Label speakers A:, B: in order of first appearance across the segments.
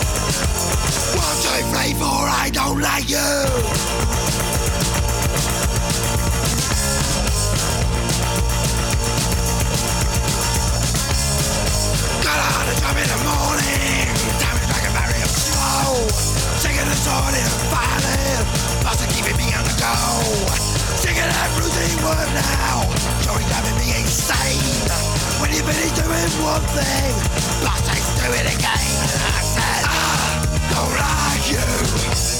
A: One, two, three, four, I don't like you. Got out at time in the morning. Time is like a very slow. Taking a sword and violin. Must have keeping me on the go. Singing that routine word now. Showing time and being sane. When you finish doing one thing, last time do it again. I said, I don't like you.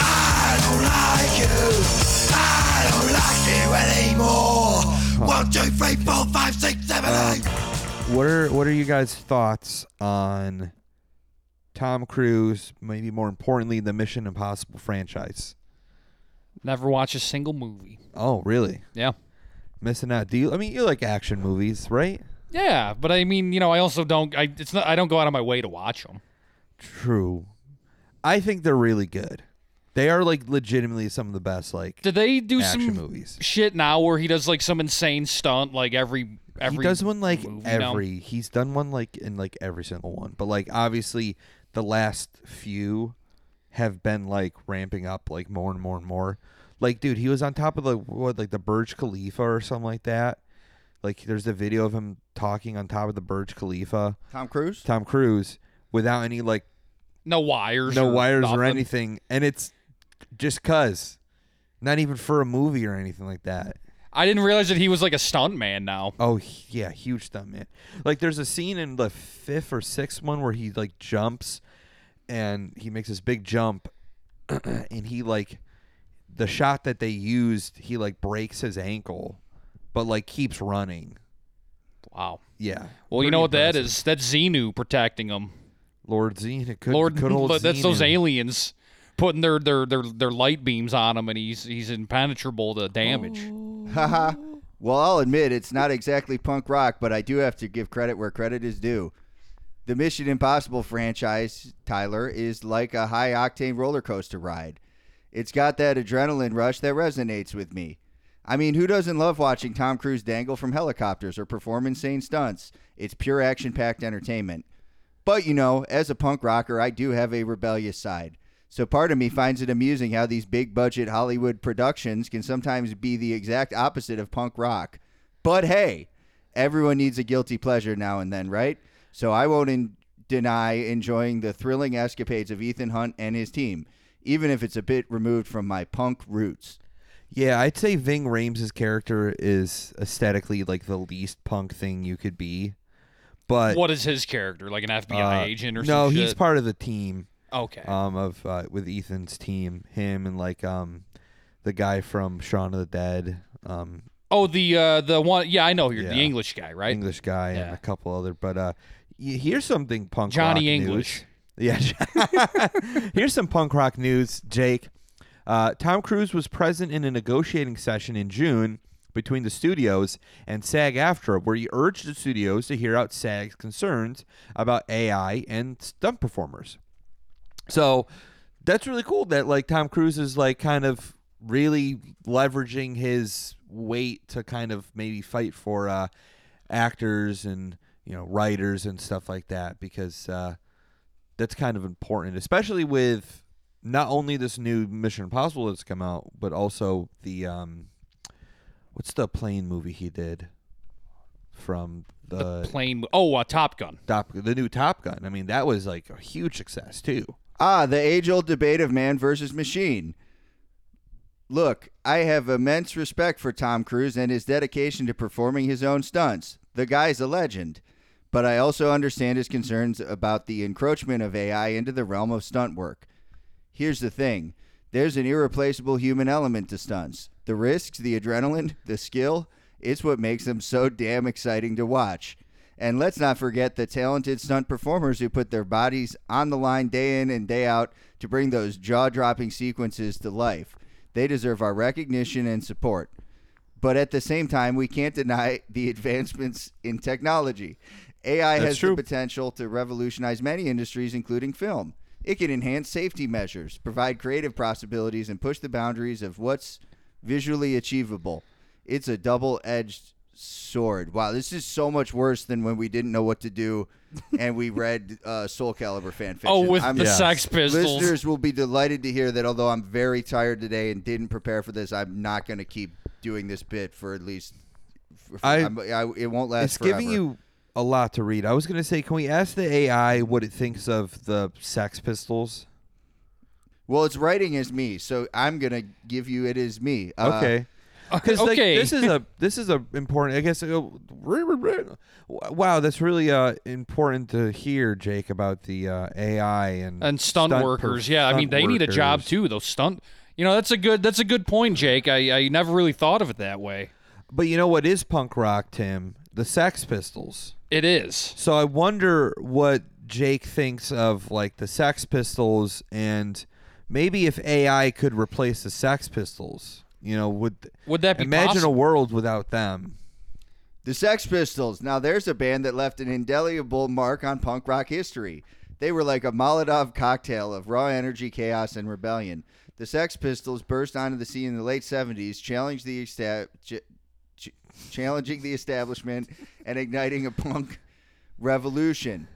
A: I don't like you. I don't like you anymore. One, two, three, four, five, six, seven, eight.
B: What are what are you guys' thoughts on Tom Cruise? Maybe more importantly, the Mission Impossible franchise.
C: Never watch a single movie.
B: Oh, really?
C: Yeah.
B: Missing out? Do you? I mean, you like action movies, right?
C: Yeah, but I mean, you know, I also don't. I it's not. I don't go out of my way to watch them.
B: True. I think they're really good. They are like legitimately some of the best like
C: Did they do
B: action
C: some
B: movies.
C: shit now where he does like some insane stunt like every every?
B: he does one like
C: movie now?
B: every. He's done one like in like every single one, but like obviously the last few have been like ramping up like more and more and more. Like dude, he was on top of the what like the Burj Khalifa or something like that. Like there's a video of him talking on top of the Burj Khalifa,
D: Tom Cruise?
B: Tom Cruise, without any like
C: no wires.
B: no
C: or
B: wires or
C: nothing.
B: anything, and it's just cuz, not even for a movie or anything like that.
C: I didn't realize that he was like a stunt man now.
B: Oh h- yeah, huge stunt man. Like there's a scene in the fifth or sixth one where he like jumps and he makes this big jump and he like the shot that they used, he like breaks his ankle, but like keeps running.
C: Wow.
B: Yeah.
C: Well, you know what that is? That's Xenu protecting him.
B: Lord Zine, it could
C: Lord,
B: good old
C: that's those
B: Xenu.
C: aliens putting their, their their their light beams on him, and he's he's impenetrable to damage.
D: Haha. well, I'll admit it's not exactly punk rock, but I do have to give credit where credit is due. The Mission Impossible franchise, Tyler, is like a high octane roller coaster ride. It's got that adrenaline rush that resonates with me. I mean, who doesn't love watching Tom Cruise dangle from helicopters or perform insane stunts? It's pure action packed entertainment. But you know, as a punk rocker, I do have a rebellious side. So part of me finds it amusing how these big budget Hollywood productions can sometimes be the exact opposite of punk rock. But hey, everyone needs a guilty pleasure now and then, right? So I won't in- deny enjoying the thrilling escapades of Ethan Hunt and his team, even if it's a bit removed from my punk roots.
B: Yeah, I'd say Ving Rhames' character is aesthetically like the least punk thing you could be. But
C: What is his character? Like an FBI
B: Oh. uh,
C: agent or
B: No,
C: some
B: he's
C: shit?
B: part of the team.
C: okay.
B: um of uh, with Ethan's team, him and like um the guy from Shaun of the Dead, um
C: oh, the uh, the one. Yeah, I know here. The
B: Yeah.
C: English guy, right?
B: English guy and
C: Yeah.
B: a couple other. But uh, y- here's something punk
C: Johnny
B: rock News.
C: English.
B: Yeah, here's some punk rock news, Jake. Uh, Tom Cruise was present in a negotiating session in June between the studios and SAG-AFTRA, where he urged the studios to hear out SAG's concerns about AI and stunt performers. So that's really cool that like Tom Cruise is like kind of really leveraging his weight to kind of maybe fight for uh actors and you know writers and stuff like that because uh that's kind of important especially with not only this new Mission Impossible that's come out but also the um what's the plane movie he did from the,
C: the plane. Oh, uh, Top Gun.
B: Top, the new Top Gun I mean that was like a huge success too
D: Ah, the age old debate of man versus machine. Look, I have immense respect for Tom Cruise and his dedication to performing his own stunts. The guy's a legend. But I also understand his concerns about the encroachment of AI into the realm of stunt work. Here's the thing there's an irreplaceable human element to stunts the risks, the adrenaline, the skill. It's what makes them so damn exciting to watch. And let's not forget the talented stunt performers who put their bodies on the line day in and day out to bring those jaw dropping sequences to life. They deserve our recognition and support. But at the same time, we can't deny the advancements in technology. AI
B: That's
D: has
B: true.
D: the potential to revolutionize many industries, including film. It can enhance safety measures, provide creative possibilities, and push the boundaries of what's visually achievable. It's a double edged sword. Wow, this is so much worse than when we didn't know what to do and we read uh, Soul Calibur fan fiction.
C: Oh, with
D: I'm-
C: the
B: Yeah.
C: Sex Pistols.
D: Listeners will be delighted to hear that although I'm very tired today and didn't prepare for this, I'm not going to keep doing this bit for at least. For,
B: I-
D: I'm- I, it won't last.
B: it's giving
D: forever.
B: you a lot to read. I was gonna say, can we ask the AI what it thinks of the Sex Pistols?
D: Well, it's writing as me, so I'm gonna give you it is me. Uh,
B: Okay. Because like,
C: Okay.
B: this is a this is a important. I guess. uh, Wow, that's really uh, important to hear, Jake, about the uh, AI and
C: and stunt, workers.
B: per-
C: yeah, I
B: stunt
C: mean they need a job
B: workers.
C: too. Those stunt, you know, that's a good that's a good point, Jake. I, I never really thought of it that way.
B: But you know what is punk rock, Tim? The Sex Pistols.
C: It is.
B: So I wonder what Jake thinks of like the Sex Pistols and maybe if AI could replace the Sex Pistols. You know, would
C: Would that be
B: imagine
C: possible?
B: a world without them?
D: The Sex Pistols. Now, there's a band that left an indelible mark on punk rock history. They were like a Molotov cocktail of raw energy, chaos, and rebellion. The Sex Pistols burst onto the scene in the late 70s, challenged the esta- ch- ch- challenging the establishment and igniting a punk revolution.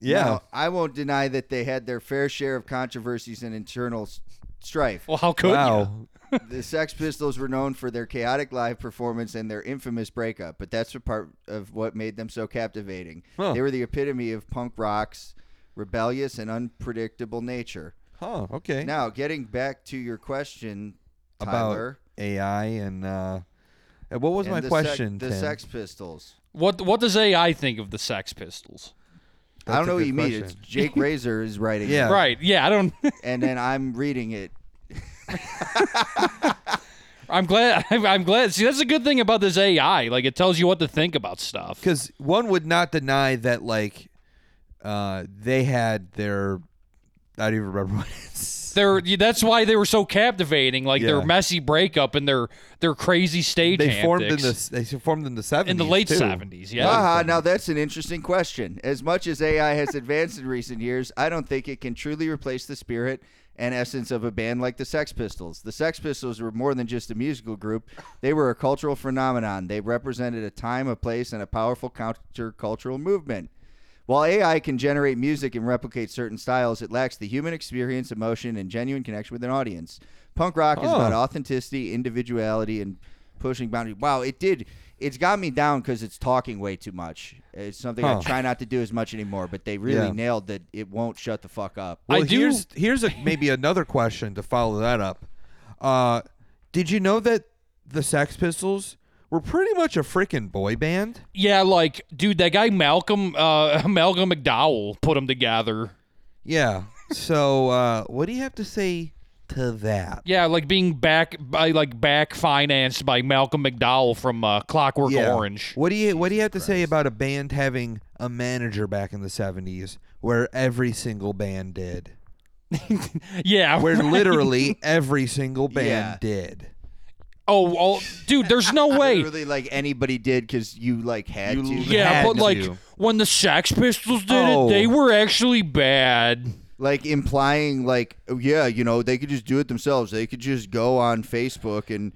B: Yeah.
D: Now, I won't deny that they had their fair share of controversies and internal s- strife.
C: Well, how could you?
B: wow.
D: the Sex Pistols were known for their chaotic live performance and their infamous breakup, but that's a part of what made them so captivating.
B: Huh.
D: They were the epitome of punk rock's rebellious and unpredictable nature.
B: Huh. Okay.
D: Now, getting back to your question,
B: about
D: Tyler.
B: AI and uh, and what was
D: and
B: my
D: the sec-
B: question?
D: the
B: Tim?
D: Sex Pistols.
C: What what does AI think of the Sex Pistols?
B: That's
D: I don't
B: a
D: know what
B: good
D: you mean. It's
B: question.
D: Jake Razor is writing
B: Yeah.
D: it,
C: Right. Yeah, I don't.
D: and then I'm reading it.
C: I'm glad. I'm, I'm glad. See, that's a good thing about this AI. Like, it tells you what to think about stuff.
B: because one would not deny that like uh, they had their I don't even remember what it's.
C: They're that's why they were so captivating. Like
B: Yeah.
C: their messy breakup and their their crazy stage.
B: They formed in
C: antics
B: the they formed in the seventies
C: in the late
B: seventies.
C: seventies. Yeah.
D: Haha, now that's an interesting question. As much as AI has advanced in recent years, I don't think it can truly replace the spirit and essence of a band like the Sex Pistols. The Sex Pistols were more than just a musical group, they were a cultural phenomenon. They represented a time, a place, and a powerful countercultural movement. While AI can generate music and replicate certain styles, it lacks the human experience, emotion, and genuine connection with an audience. Punk rock is about authenticity, individuality, and pushing boundaries. Wow, it did. It's got me down because it's talking way too much. It's something
B: Huh.
D: I try not to do as much anymore, but they really
B: Yeah.
D: nailed that it won't shut the fuck up.
C: I
B: Well,
C: do-
B: here's here's a, maybe another question to follow that up. Uh, did you know that the Sex Pistols were pretty much a freaking boy band?
C: Yeah, like dude, that guy Malcolm uh, Malcolm McDowell put them together.
B: Yeah. So uh, what do you have to say to that?
C: Yeah, like being back by like back financed by Malcolm McDowell from uh, Clockwork Orange.
B: What do you What do you have to say about a band having a manager back in the seventies, where every single band did,
C: Yeah.
B: where literally every single band
D: Yeah.
B: did?
C: oh, oh, dude, there's no way.
D: Really, like anybody did because you like had
B: You
D: to.
C: Yeah,
B: had
C: but like
B: to.
C: when the Sex Pistols did
B: Oh.
C: it, they were actually bad.
D: like implying like oh, yeah you know they could just do it themselves they could just go on facebook and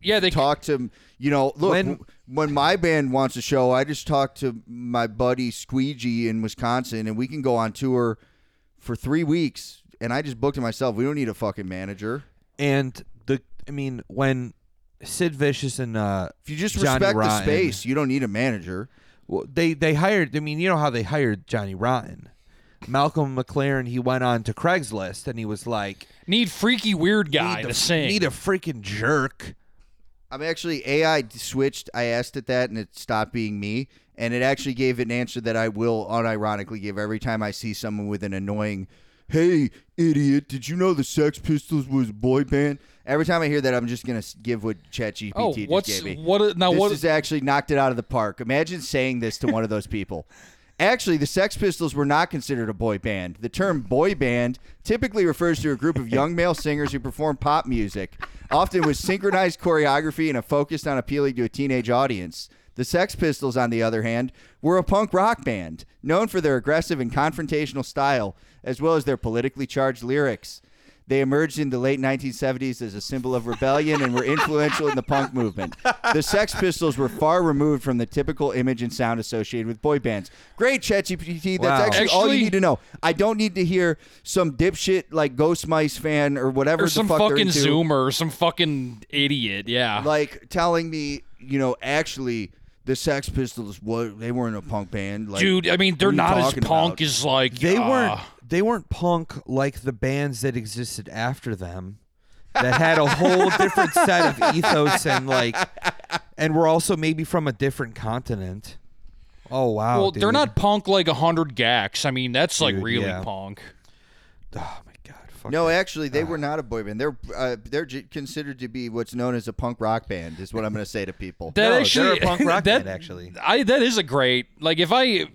C: Yeah, they
D: talk to you know look
B: When-
D: when, when my band wants a show i just talk to my buddy squeegee in wisconsin and we can go on tour for three weeks and i just booked it myself we don't need a fucking manager
B: And the I mean, when Sid Vicious and uh,
D: if you just
B: Johnny
D: respect the
B: Rotten-
D: space you don't need a manager
B: well, they they hired. I mean, you know how they hired Johnny Rotten, Malcolm McLaren. He went on to Craigslist and he was like,
C: need freaky weird guy
B: "Need
C: to
B: a-
C: sing.
B: need a freaking jerk."
D: i'm actually ai switched i asked it that and it stopped being me and it actually gave an answer that i will unironically give every time i see someone with an annoying hey idiot did you know the sex pistols was a boy band every time i hear that i'm just gonna s- give what chatgpt
C: oh,
D: just
C: what's
D: gave me
C: what? Now
D: this
C: what?
D: has actually knocked it out of the park. Imagine saying this to one of those people. Actually, the Sex Pistols were not considered a boy band. The term boy band typically refers to a group of young male singers who perform pop music, often with synchronized choreography and a focus on appealing to a teenage audience. The Sex Pistols, on the other hand, were a punk rock band, known for their aggressive and confrontational style, as well as their politically charged lyrics. They emerged in the late 1970s as a symbol of rebellion and were influential in the punk movement. The Sex Pistols were far removed from the typical image and sound associated with boy bands. Great, ChatGPT. That's
B: Wow.
D: actually, all you
C: Actually-
D: need to know. I don't need to hear some dipshit like Ghost Mice fan or whatever
C: or
D: the
C: some
D: fuck they're
C: fucking
D: into
C: zoomer, some fucking idiot. Yeah.
D: like telling me, you know, actually the Sex Pistols what they weren't a punk band. Like,
C: Dude, I mean,
D: what are
C: they're
D: you
C: not as
D: talking
C: punk
D: about?
C: as like
B: They
C: uh,
B: weren't they weren't punk like the bands that existed after them that had a whole different set of ethos and like and were also maybe from a different continent. Oh wow.
C: Well, they're
B: dude.
C: not punk like hundred gacks. I mean, that's like
B: Dude,
C: really
B: yeah.
C: punk.
B: Oh my god. Fuck.
D: No, actually, they were not a boy band. They're uh, they're j- considered to be what's known as a punk rock band. Is what I'm going to say to people.
C: That
B: No,
C: actually,
B: they're a punk rock
C: that,
B: band, actually.
C: I that is a great like if I.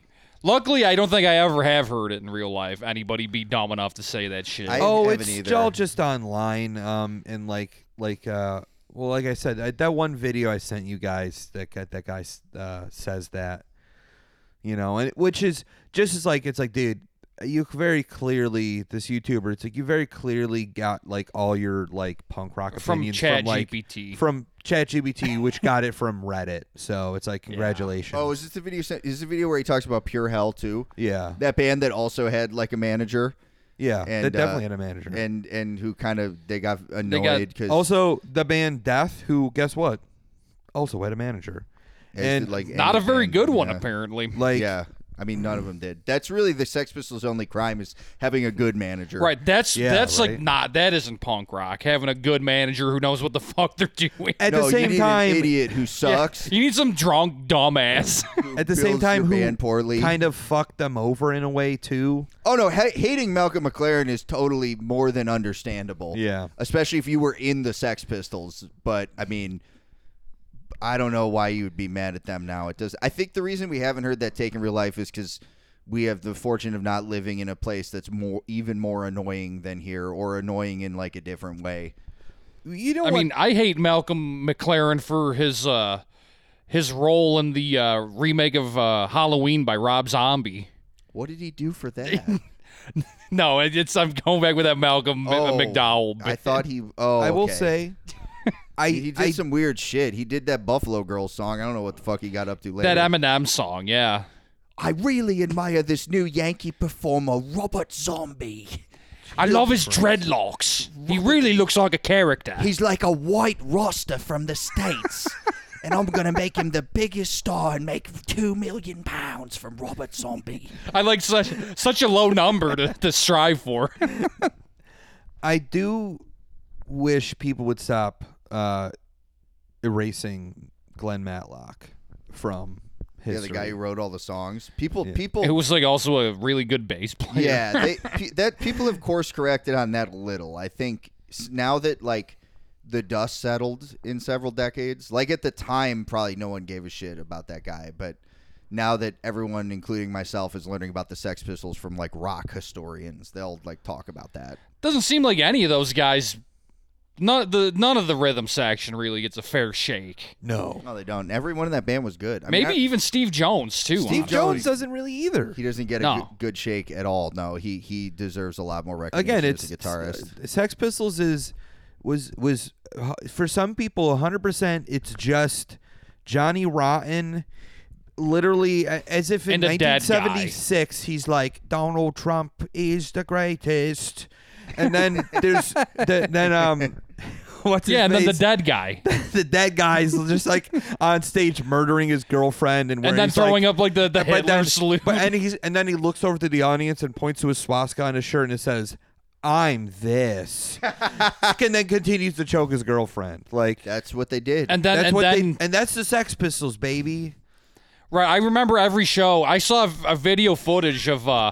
C: Luckily, I don't think I ever have heard it in real life. Anybody be dumb enough to say that shit.
D: I-
B: Oh,
D: haven't
B: it's
D: either.
B: all just online um and like like uh well like I said I, that one video I sent you guys that got- that guy uh, says that you know and which is just as like it's like dude you very clearly this YouTuber it's like you very clearly got like all your like punk rock
C: from
B: opinions
C: Chat
B: from like
C: GPT.
B: from ChatGPT which got it from Reddit so it's like congratulations
D: Oh, is this the video? sen- Is this the video where he talks about Pure Hell too?
B: yeah
D: That band that also had like a manager
B: yeah
D: and,
B: they definitely
D: uh,
B: had a manager
D: and and who kind of they got annoyed because
B: Also, the band Death, who guess what, also had a manager, and like,
D: like
C: Not a
D: any
C: very
D: band,
C: good one,
D: yeah.
C: apparently.
D: yeah. I mean, none of them did. That's really the Sex Pistols' only crime is having a good manager.
C: Right, that's
B: Yeah,
C: that's
B: right.
C: like not that isn't punk rock. Having a good manager who knows what the fuck they're doing.
B: at
D: no,
B: the
D: you
B: same
D: need an
B: time,
D: idiot who sucks.
C: You need some drunk dumbass.
B: at the
D: who
B: same
D: builds
B: time,
D: your
B: who
D: band poorly.
B: kind of fucked them over in a way too.
D: Oh no, ha- hating Malcolm McLaren is totally more than understandable.
B: Yeah.
D: especially if you were in the Sex Pistols. But I mean, I don't know why you would be mad at them now. It does. I think the reason we haven't heard that take in real life is because we have the fortune of not living in a place that's more even more annoying than here, or annoying in like a different way.
B: You know
C: I
B: what?
C: mean, I hate Malcolm McLaren for his uh his role in the uh, remake of uh, Halloween by Rob Zombie.
D: What did he do for that?
B: Oh,
C: No, it- it's I'm going back with that Malcolm M-
D: Oh,
C: McDowell.
D: I
C: bit.
D: thought he. Oh,
B: I will
D: okay.
B: say, I
D: He did
B: I,
D: some weird shit. He did that Buffalo Girls song. I don't know what the fuck he got up to later.
C: that Eminem song. Yeah,
D: I really admire this new Yankee performer, Robert Zombie.
C: I love his dreadlocks. He really looks like a character.
D: He's like a white roster from the States. and I'm going to make him the biggest star and make two million pounds from Robert Zombie.
C: I like such such a low number to, to strive for.
B: I do wish people would stop uh, erasing Glenn Matlock from
D: Yeah,
B: history.
D: the guy who wrote all the songs. People, people.
C: It was like also a really good bass player.
D: yeah, they, pe- that people have course corrected on that a little. I think s- now that like the dust settled in several decades, like at the time, probably no one gave a shit about that guy, but now that everyone, including myself, is learning about the Sex Pistols from like rock historians, they'll like talk about that.
C: Doesn't seem like any of those guys. None of the none of the rhythm section really gets a fair shake.
B: No,
D: No, they don't. Everyone in that band was good. I mean,
C: Maybe even Steve Jones too.
D: Steve
C: honestly.
B: Jones doesn't really either.
D: I- he doesn't get a
C: No.
D: good, good shake at all. No, he he deserves a lot more recognition
B: again, it's
D: as a
C: uh,
D: guitarist.
B: it's- Sex Pistols is was was uh, for some people 100%. It's just Johnny Rotten, literally a- as if in
C: And a dead guy.
B: 1976 he's like Donald Trump is the greatest, and then there's the, then um. What's his
C: Yeah, and then the
B: face?
C: dead guy,
B: the dead guy's just like on stage murdering his girlfriend and,
C: and then throwing up like the the Hitler
B: but then,
C: salute.
B: but- and he's and then he looks over to the audience and points to his swastika on his shirt and it says, "I'm this," and then continues to choke his girlfriend. Like
D: That's what they did.
C: And then
B: that's
C: and
B: what
C: then
B: they and that's the Sex Pistols, baby.
C: right. I remember every show. I saw a, a video footage of uh,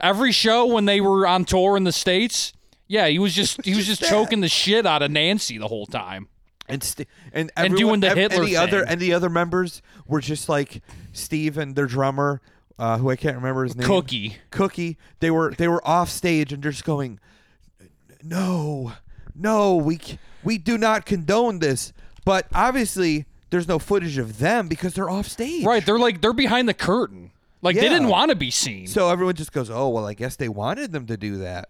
C: every show when they were on tour in the states. Yeah, he was just he was just choking the shit out of Nancy the whole time.
B: And st- and
C: And
B: everyone,
C: doing the
B: ev-
C: Hitler
B: and the other
C: thing.
B: and the other members were just like Steve and their drummer, uh, who I can't remember his name,
C: Cookie.
B: Cookie. They were they were off stage and just going, no, no, we c- we do not condone this. But obviously, there's no footage of them because they're off stage.
C: Right, they're like they're behind the curtain. Like
B: Yeah.
C: they didn't want to be seen.
B: So everyone just goes, oh well, I guess they wanted them to do that.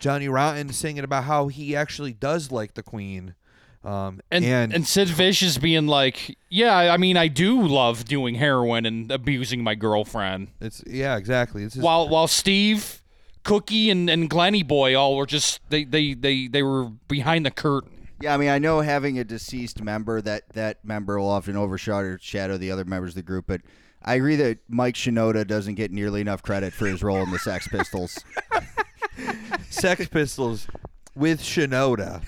E: Johnny Rotten singing about how he actually does like the Queen. Um,
C: And, and Sid Vicious being like, yeah, I mean, I do love doing heroin and abusing my girlfriend.
E: it's yeah, exactly. It's just,
C: While while Steve, Cookie, and and Glenny Boy all were just they they they they were behind the curtain.
D: Yeah, I mean, I know having a deceased member that that member will often overshadow shadow the other members of the group, but I agree that Mike Shinoda doesn't get nearly enough credit for his role in the Sex Pistols.
E: Sex Pistols with Shinoda.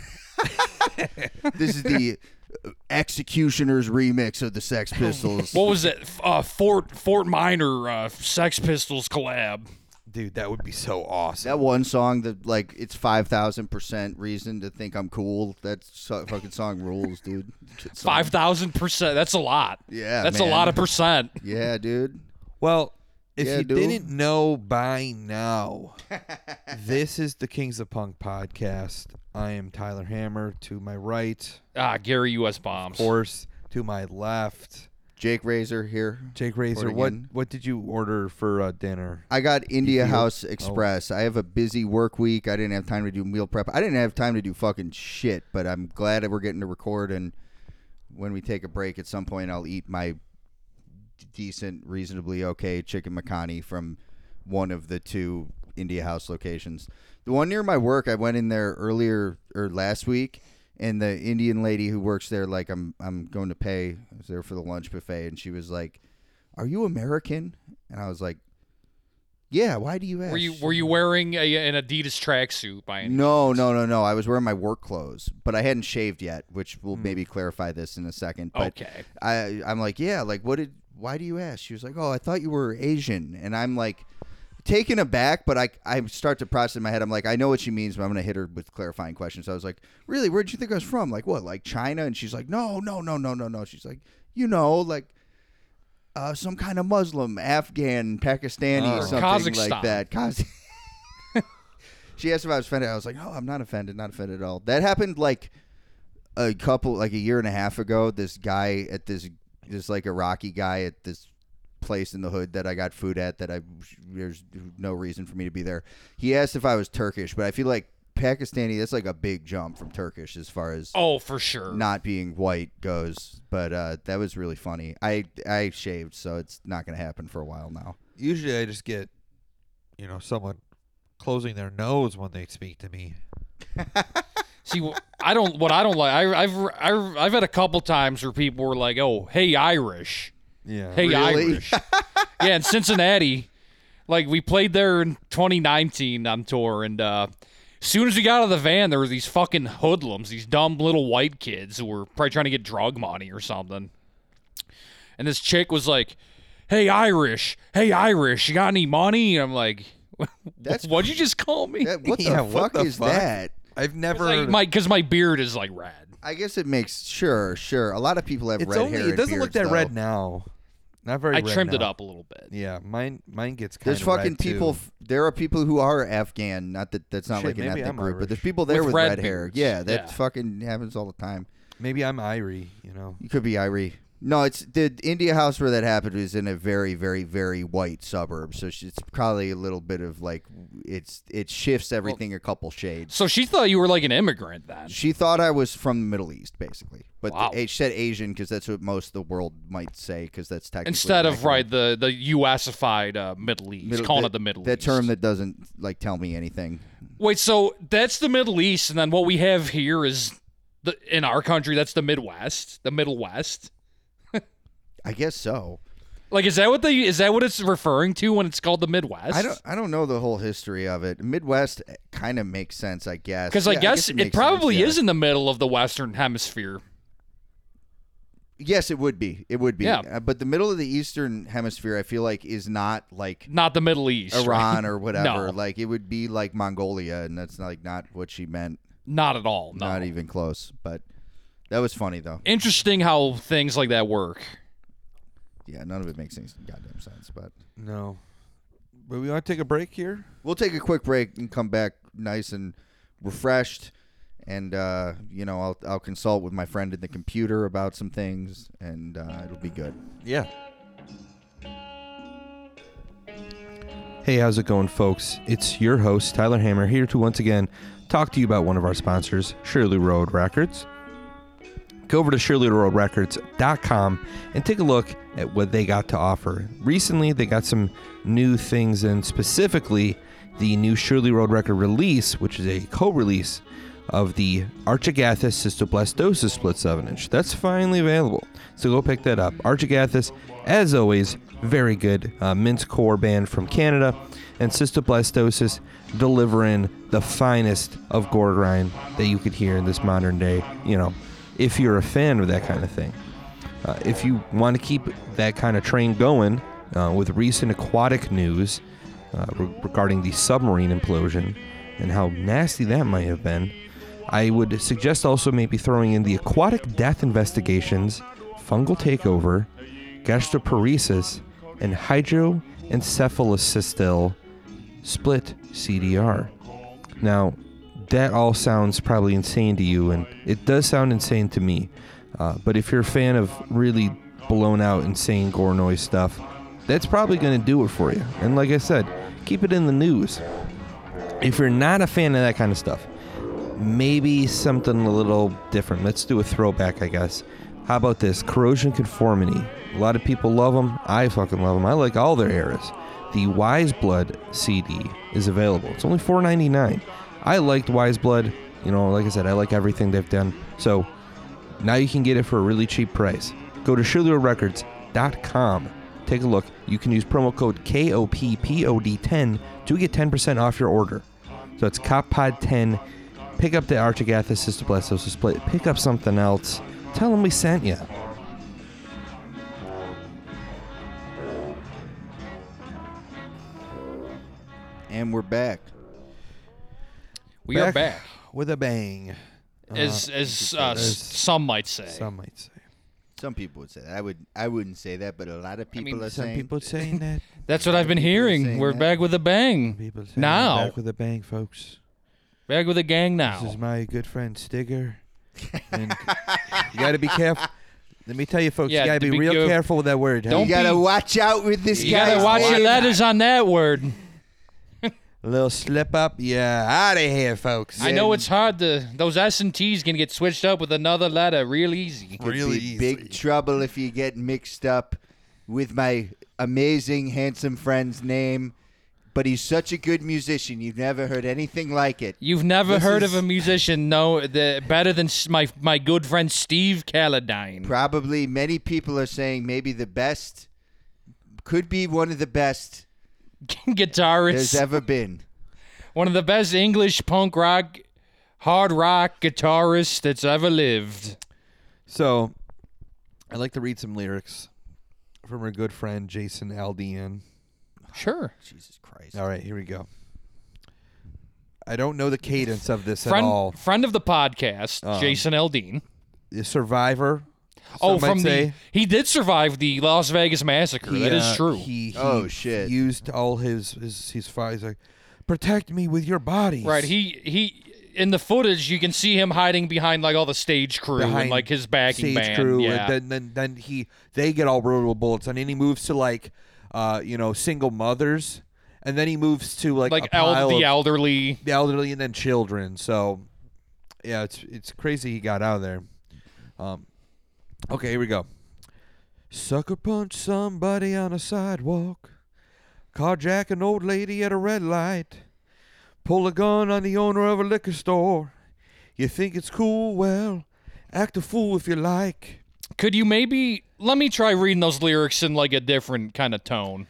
D: this is the uh, Executioner's remix of the Sex Pistols.
C: What was it? F- Uh, Fort Fort Minor uh, Sex Pistols collab.
E: Dude, that would be so awesome.
D: that one song that like it's five thousand percent reason to think I'm cool. That so- fucking song rules, dude. Good song.
C: Five thousand percent. That's a lot.
D: Yeah,
C: that's
D: man.
C: a lot of percent.
D: Yeah, dude.
E: Well, if
D: Yeah,
E: you
D: dude.
E: didn't know by now, this is the Kings of Punk podcast. I am Tyler Hammer. To my right,
C: Ah, Gary U.S. bombs.
E: horse. To my left,
D: Jake Razor here.
E: Jake Razor.
D: Order
E: What
D: again.
E: what did you order for uh, dinner?
D: I got India House Express. I have a busy work week. I didn't have time to do meal prep. I didn't have time to do fucking shit, but I'm glad that we're getting to record and when we take a break at some point I'll eat my decent, reasonably okay chicken macani from one of the two India House locations. The one near my work, I went in there earlier or last week, and the Indian lady who works there, like I'm, I'm going to pay. I was there for the lunch buffet, and she was like, "Are you American?" And I was like, "Yeah. Why do you ask?"
C: Were you were you wearing a, an Adidas tracksuit by any?
D: No, no, no, no. I was wearing my work clothes, but I hadn't shaved yet, which will
C: Hmm.
D: maybe clarify this in a second.
C: Oh,
D: But
C: Okay.
D: I, I'm like, yeah, like, what did? Why do you ask? She was like, oh, I thought you were Asian, and I'm like, taken aback, but I, I start to process in my head. I'm like, I know what she means, but I'm gonna hit her with clarifying questions. So I was like, really, where'd you think I was from? Like, what? Like China? And she's like, no, no, no, no, no, no. She's like, you know, like. Uh, some kind of Muslim, Afghan, Pakistani,
E: Oh.
D: something
C: Kazakhstan.
D: like that. Kaz- she asked if I was offended. I was like, no, I'm not offended, not offended at all. That happened like a couple, like a year and a half ago. This guy at this, this like Iraqi guy at this place in the hood that I got food at that I, there's no reason for me to be there. He asked if I was Turkish, but I feel like Pakistani, that's like a big jump from Turkish as far as
C: Oh, for sure.
D: not being white goes. But uh, that was really funny. I, I shaved, so it's not going to happen for a while now.
E: Usually, I just get, you know, someone closing their nose when they speak to me.
C: See, wh- I don't. What I don't like, I, I've, I've I've had a couple times where people were like, "Oh, hey, Irish,
E: Yeah.
C: hey,
D: Really?
C: Irish." yeah, in Cincinnati, like we played there in 2019 on tour, and uh, as soon as we got out of the van, there were these fucking hoodlums, these dumb little white kids who were probably trying to get drug money or something. And this chick was like, "Hey, Irish, hey, Irish, you got any money?" And I'm like,
D: That's-
C: "What'd you just call me?"
D: That, what the
E: Yeah,
D: fuck
E: what the
D: is
E: fuck?
D: that?
E: I've never.
C: Like, my because my beard is like red.
D: I guess it makes sure, sure. A lot of people have
E: it's
D: red
E: only.
D: hair.
E: It
D: and
E: doesn't look
D: beards,
E: that red
D: though.
E: now. Not very.
C: I
E: red
C: trimmed it
E: now.
C: up a little bit.
E: Yeah, mine mine gets kind
D: There's fucking people.
E: Too.
D: f- There are people who are Afghan. Not that that's not
E: Shit,
D: like an
E: maybe
D: ethnic
E: I'm
D: group, but there's
E: Irish.
D: people there
C: With
D: with,
C: red
D: red hair.
C: beards,
D: Yeah, that
C: yeah.
D: fucking happens all the time.
E: Maybe I'm Irie. You know.
D: You could be Irie. No, it's the India house where that happened was in a very, very, very white suburb. So she- it's probably a little bit of like it's it shifts everything a couple shades.
C: So she thought you were like an immigrant then.
D: She thought I was from the Middle East, basically, but
C: Wow.
D: the, she said Asian because that's what most of the world might say because that's technically
C: Instead of
D: accurate.
C: right the the USified uh, Middle East,
D: Middle-
C: calling
D: that-
C: it the Middle
D: that
C: East.
D: term that doesn't like tell me anything.
C: Wait, so that's the Middle East, and then what we have here is the in our country that's the Midwest, the Middle West.
D: I guess so.
C: Like, is that what they is that what it's referring to when it's called the Midwest?
D: I don't. I don't know the whole history of it. Midwest eh, kind of makes sense, I guess.
C: because I
D: Yeah,
C: guess it,
D: makes sense,
C: probably
D: yeah.
C: is in the middle of the Western Hemisphere.
D: Yes, it would be. It would be.
C: Yeah.
D: Uh, but the middle of the Eastern Hemisphere, I feel like, is not like
C: Not the Middle East, right?
D: Iran or whatever. Like it would be like Mongolia, and that's like not what she meant.
C: Not at all. No.
D: Not even close. But that was funny though.
C: Interesting how things like that work.
D: Yeah, none of it makes any goddamn sense. But
E: No. But we want to take a break here.
D: we'll take a quick break and come back nice and refreshed and uh, you know I'll, I'll consult with my friend in the computer about some things and uh, it'll be good
E: Yeah.
B: Hey, how's it going, folks? It's your host, Tyler Hammer, here to once again talk to you about one of our sponsors, Shirley Road Records. Go over to shirleyroadrecords.com and take a look at what they got to offer. Recently, they got some new things, and specifically the new Shirley Road Record release, which is a co release of the Archigathus cystoblastosis split 7 inch. That's finally available. So go pick that up. Archigathus, as always, very good uh, mince core band from Canada. And cystoblastosis delivering the finest of gourd rind that you could hear in this modern day, you know, if you're a fan of that kind of thing. Uh, if you want to keep that kind of train going uh, with recent aquatic news uh, re- regarding the submarine implosion and how nasty that might have been, I would suggest also maybe throwing in the aquatic death investigations, fungal takeover, gastroparesis, and hydroencephalocystil split CDR. Now, that all sounds probably insane to you, and it does sound insane to me. Uh, but if you're a fan of really blown out, insane gore noise stuff, that's probably going to do it for you. And like I said, keep it in the news. If you're not a fan of that kind of stuff, maybe something a little different. Let's do a throwback, I guess. How about this? Corrosion Conformity. A lot of people love them. I fucking love them. I like all their eras. The Wise Blood CD is available. It's only $4.99. I liked Wise Blood. You know, like I said, I like everything they've done. So now you can get it for a really cheap price. Go to ShirleyRecords.com. Take a look. You can use promo code KOPPOD10 to get 10% off your order. So it's COPPOD10. Pick up the Archigathus Cystoblastosis split. Pick up something else. Tell them we sent you.
D: And we're back.
C: We are back,
B: With a bang,
C: as as uh, s-
B: As-
C: some might say.
B: some might say.
D: Some people would say that. I would. I wouldn't say that, but a lot of people
C: mean,
D: are
B: Some
D: saying.
B: people saying that.
C: That's what I've been
D: saying
C: hearing. We're
D: that.
C: back with a bang.
B: People saying
C: now,
B: Back with a bang, folks.
C: back with a gang
B: This is
C: now.
B: my good friend Stigger. And you got to be careful. Let me tell you, folks,
C: Yeah,
B: you got
C: to
B: to be
C: be
B: real
C: go-
B: careful with that word. huh?
C: Don't
D: you gotta
C: be-
D: watch out with this
C: You
D: guy.
C: gotta watch your letters on that word.
B: A little slip up, yeah, out of here, folks.
C: I know it's hard to those S and T's can get switched up with another letter real easy.
D: Could be
B: really easily.
D: big trouble if you get mixed up with my amazing handsome friend's name. But he's such a good musician. You've never heard anything like it.
C: You've never
D: This
C: heard
D: is-
C: of a musician no the, better than s- my my good friend Steve Calladine.
D: Probably many people are saying maybe the best could be one of the best there's
C: guitarist,
D: ever been.
C: one of the best English punk rock, hard rock guitarists that's ever lived.
B: So, I'd like to read some lyrics from our good friend Jason Aldean.
C: Sure.
D: Jesus Christ.
B: All right, here we go. I don't know the cadence of this at all. Um,
C: Friend friend of the podcast, Jason Aldean.
B: The survivor.
C: Oh,
B: some might
C: from
B: say.
C: the he did survive the Las Vegas massacre.
B: He,
C: that is
B: uh,
C: true.
B: He, he
D: Oh, shit.
B: Used all his his his fire. He's like, protect me with your body.
C: right. He he in the footage you can see him hiding behind like all the stage crew and
B: behind
C: like his backing
B: stage
C: band.
B: crew. And
C: yeah.
B: then, then then he they get all brutal bullets, and then he moves to like, uh, you know, single mothers, and then he moves to like
C: like
B: a pile
C: el- the
B: of
C: elderly.
B: the elderly and then children. So, yeah, it's it's crazy he got out of there. Um, okay, here we go. Sucker punch somebody on a sidewalk, carjack an old lady at a red light, pull a gun on the owner of a liquor store. You think it's cool? Well, act a fool if you like.
C: Could you maybe let me try reading those lyrics in like a different kind of tone?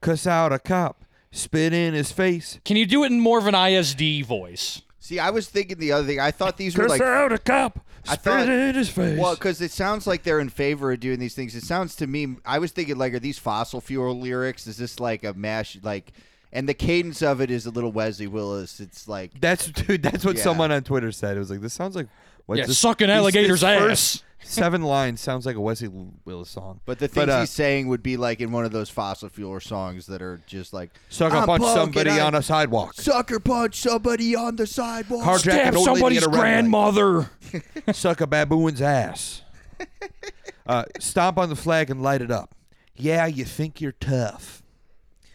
B: Cuss out a cop, spit in his face.
C: Can you do it in more of an ISD voice?
D: See, I was thinking the other thing. I thought these were
B: Cuss
D: like
B: out a cop,
D: I
B: spit
D: thought-
B: in his face.
D: Well, because it sounds like they're in favor of doing these things. It sounds to me, I was thinking, like, are these fossil fuel lyrics? Is this like a mash? Like, and the cadence of it is a little Wesley Willis. It's like,
B: That's dude. That's what
D: Yeah.
B: someone on Twitter said. It was like this sounds like what
C: Yeah,
B: this,
C: suck an
B: these-
C: alligator's
B: this first
C: ass.
B: seven lines sounds like a Wesley Willis song.
D: but the things
B: uh,
D: he's saying would be like in one of those fossil fuel songs that are just like,
B: suck
D: "I'm
B: up on
D: punk
B: somebody
D: and I
B: on a sidewalk.
D: sucker punch somebody on the sidewalk.
B: Carjack an
C: Stab
B: old lady at
C: somebody's
B: a red light.
C: grandmother.
B: suck a baboon's ass. Uh, stomp on the flag and light it up. Yeah, you think you're tough.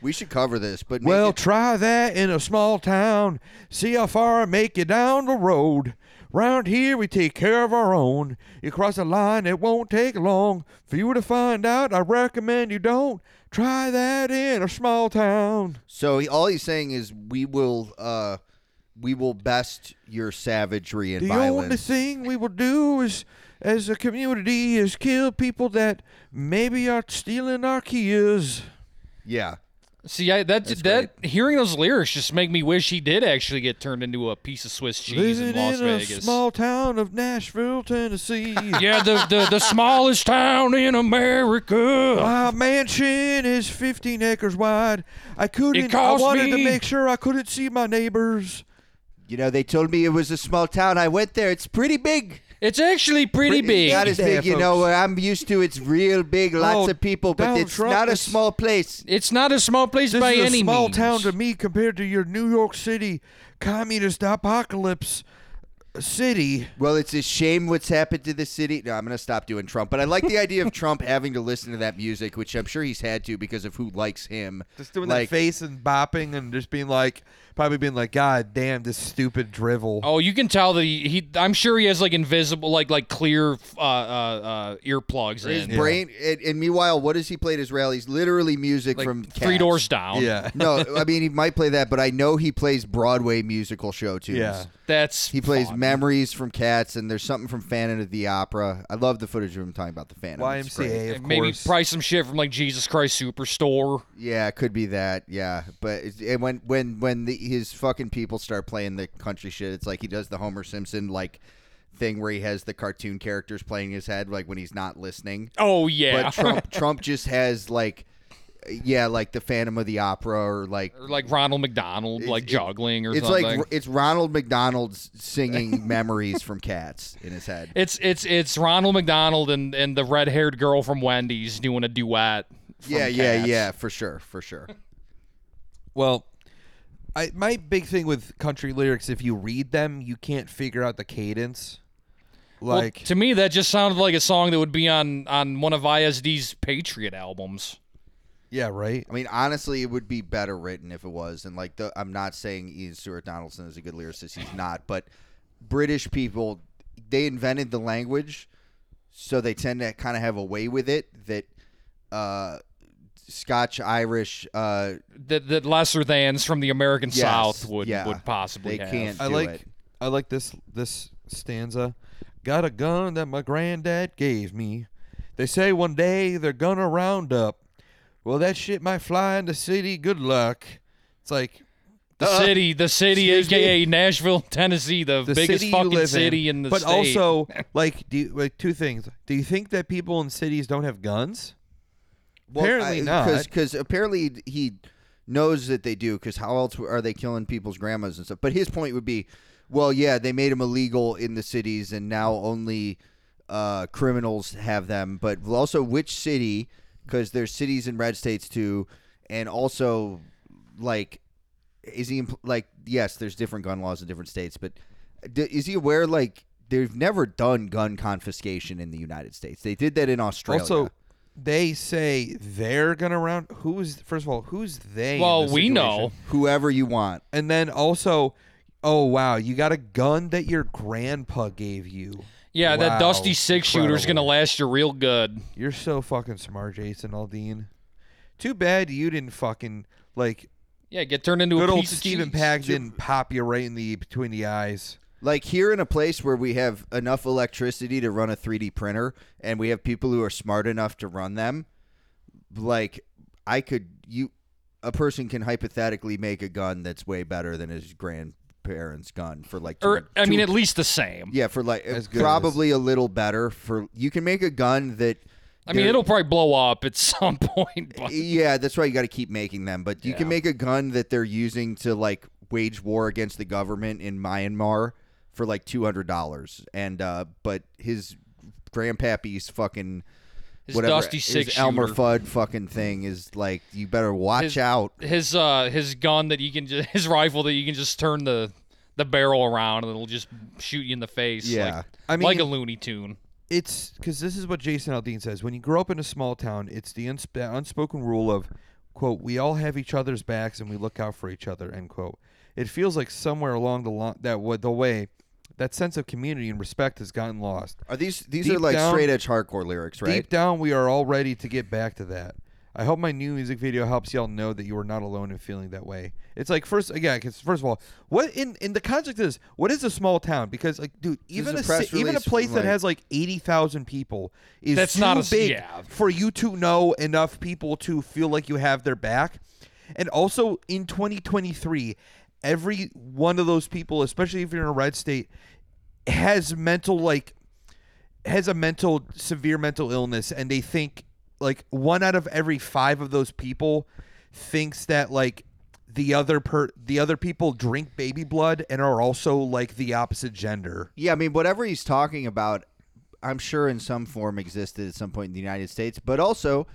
D: We should cover this, but make
E: Well,
D: it-
E: try that in a small town. See how far it make you down the road. Round here, we take care of our own. You cross a line, it won't take long for you to find out. I recommend you don't try that in a small town.
D: so he, all he's saying is we will uh we will best your savagery and
E: The only
D: violence.
E: thing we will do is, as a community, is kill people that maybe are stealing our kids.
D: yeah.
C: See, I, that that hearing those lyrics just make me wish he did actually get turned into a piece of Swiss cheese in
E: Living
C: Las
E: in a
C: Vegas.
E: small town of Nashville, Tennessee.
C: yeah, the, the the smallest town in America.
E: My mansion is 15 acres wide. I couldn't. I
C: cost
E: wanted to
C: me-
E: make sure I couldn't see my neighbors.
D: You know, they told me it was a small town. I went there. It's pretty big.
C: It's actually pretty big.
D: Not as
E: there,
D: big, you know.
E: folks.
D: Where I'm used to, it's real big, lots
E: Oh,
D: of people, but
E: Donald
D: it's
E: Trump
D: not a
E: is-
D: small place.
C: It's not a small place
E: This
C: by
E: is a
C: any
E: small
C: means.
E: town to me compared to your New York City communist apocalypse city.
D: Well, it's a shame what's happened to the city. No, I'm going to stop doing Trump, but I like the idea of Trump having to listen to that music, which I'm sure he's had to because of who likes him.
E: Just doing
D: Like,
E: that face and bopping and just being like, probably being like, God damn, this stupid drivel.
C: Oh, you can tell that he, he. I'm sure he has like invisible, like like clear uh, uh, uh, earplugs
D: His
C: in,
D: brain. And, and meanwhile, what does he play at his rallies? Literally music
C: like
D: from
C: three
D: Cats.
C: doors down.
E: Yeah.
D: no, I mean he might play that, but I know he plays Broadway musical show tunes.
E: Yeah.
C: that's
D: He plays
C: fun.
D: Memories from Cats, and there's something from Phantom of the Opera. I love the footage of him talking about the Phantom. It's great.
E: YMCA, of
C: Maybe
E: course.
C: price some shit from like Jesus Christ Superstore.
D: Yeah, it could be that. Yeah, but it's, and when when when the, his fucking people start playing the country shit, it's like he does the Homer Simpson like thing where he has the cartoon characters playing his head, like when he's not listening.
C: Oh yeah,
D: But Trump Trump just has like, yeah, like the Phantom of the Opera or like.
C: or like Ronald McDonald, like juggling or
D: It's
C: something.
D: like it's Ronald McDonald's singing memories from Cats in his head.
C: it's it's it's Ronald McDonald and and the red haired girl from Wendy's doing a duet. from
D: yeah, yeah,
C: Cats.
D: yeah, for sure, for sure.
E: Well, I, my big thing with country lyrics, if you read them, you can't figure out the cadence.
C: Well,
E: Like,
C: to me, that just sounded like a song that would be on on one of ISD's Patriot albums.
E: yeah, right.
D: I mean, honestly, it would be better written if it was. And like, the, I'm not saying Ian Stewart Donaldson is a good lyricist; he's not. But British people, they invented the language, so they tend to kind of have a way with it that uh, Scotch Irish. Uh,
C: That that lesser thans from the American
D: Yes,
C: South would
D: yeah.
C: would possibly
D: They
C: have.
D: can't.
E: I
D: do
E: like
D: it.
E: I like this this stanza. Got a gun that my granddad gave me. They say one day they're gonna round up. Well, that shit might fly in the city. Good luck. It's like
C: The
E: uh,
C: city, the city,
E: excuse me?
C: aka Nashville, Tennessee, the,
E: the
C: biggest
E: city you
C: fucking
E: live
C: city
E: in,
C: in the
E: but
C: state.
E: also like do you, like two things. Do you think that people in cities don't have guns? Apparently not.
D: Because apparently he knows that they do. Because how else are they killing people's grandmas and stuff? But his point would be, well, yeah, they made them illegal in the cities, and now only uh, criminals have them. But also, which city? Because there's cities in red states too, and also like, is he impl- like? Yes, there's different gun laws in different states, but d- is he aware like? They've never done gun confiscation in the United States. They did that in Australia.
E: Also, they say they're gonna round. Who's first of all? Who's they? in
C: well,
E: this
C: we know.
E: situation?
D: whoever you want.
E: And then also, oh wow, you got a gun that your grandpa gave you.
C: Yeah,
E: Wow,
C: that dusty six shooter's gonna
E: incredible.
C: last you real good.
E: You're so fucking smart, Jason Aldean. Too bad you didn't fucking like
C: Yeah, get turned into
E: good
C: a
E: old
C: piece
E: Stephen
C: of cheese.
E: Pack didn't pop you right in the between the eyes.
D: Like here in a place where we have enough electricity to run a 3D printer and we have people who are smart enough to run them, like I could you a person can hypothetically make a gun that's way better than his grandparents' gun for like two,
C: Or Er, I mean,
D: two-
C: at least the same.
D: yeah, for like
E: Er, As good as-
D: probably a little better for you can make a gun that
C: I mean,
D: there-
C: it'll probably blow up at some point. But
E: E
D: Yeah, that's why you got to keep making them. But you can
C: Yeah.
D: make a gun that they're using to like wage war against the government in Myanmar for like two hundred dollars. And uh, but his grandpappy's fucking
C: His
D: whatever
C: dusty
D: his
C: six
D: Elmer
C: shooter.
D: Fudd fucking thing is like you better watch
C: His-
D: out.
C: his uh his gun that you can just his rifle that you can just turn the the barrel around and it'll just shoot you in the face.
D: Yeah.
C: like,
E: I mean-
C: like a Looney Tune.
E: It's because this is what Jason Aldean says. When you grow up in a small town, it's the unsp- unspoken rule of quote we all have each other's backs and we look out for each other end quote it feels like somewhere along the lo- that wa- the way that sense of community and respect has gotten lost
D: Are these these
E: Deep
D: are like
E: down-
D: straight edge hardcore lyrics, right?
E: deep down we are all ready to get back to that i hope my new music video helps y'all know that you are not alone in feeling that way it's like first again 'cause first of all what in in the context of this what is a small town because like dude even
D: is
E: a,
D: a press
E: ci- even a
D: release
E: place
D: from,
E: that
D: like-
E: has like 80,000 people is
C: That's
E: too
C: not a s-
E: big
C: yeah.
E: for you to know enough people to feel like you have their back and also in 2023 every one of those people especially if you're in a red state has mental like has a mental severe mental illness and they think like one out of every five of those people thinks that like the other per the other people drink baby blood and are also like the opposite gender
D: Yeah, I mean, whatever he's talking about, I'm sure in some form existed at some point in the United States, but also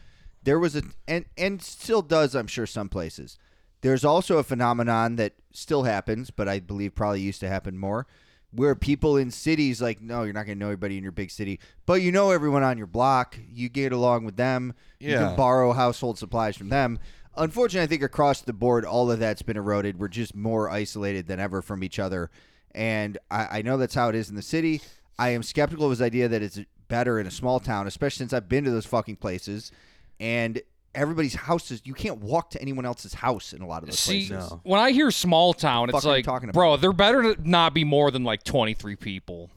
D: there was a and and still does, I'm sure, some places. There's also a phenomenon that still happens, but I believe probably used to happen more, where people in cities like, no, you're not going to know everybody in your big city, but you know everyone on your block. You get along with them. You
E: Yeah.
D: can borrow household supplies from them. Unfortunately, I think across the board, all of that's been eroded. We're just more isolated than ever from each other. And I, I know that's how it is in the city. I am skeptical of his idea that it's better in a small town, especially since I've been to those fucking places. And everybody's houses, you can't walk to anyone else's house in a lot of those
C: See,
D: places.
C: when I hear small town, it's
D: Fuck are you
C: like,
D: talking
C: bro,
D: about?
C: there better to not be more than like 23 people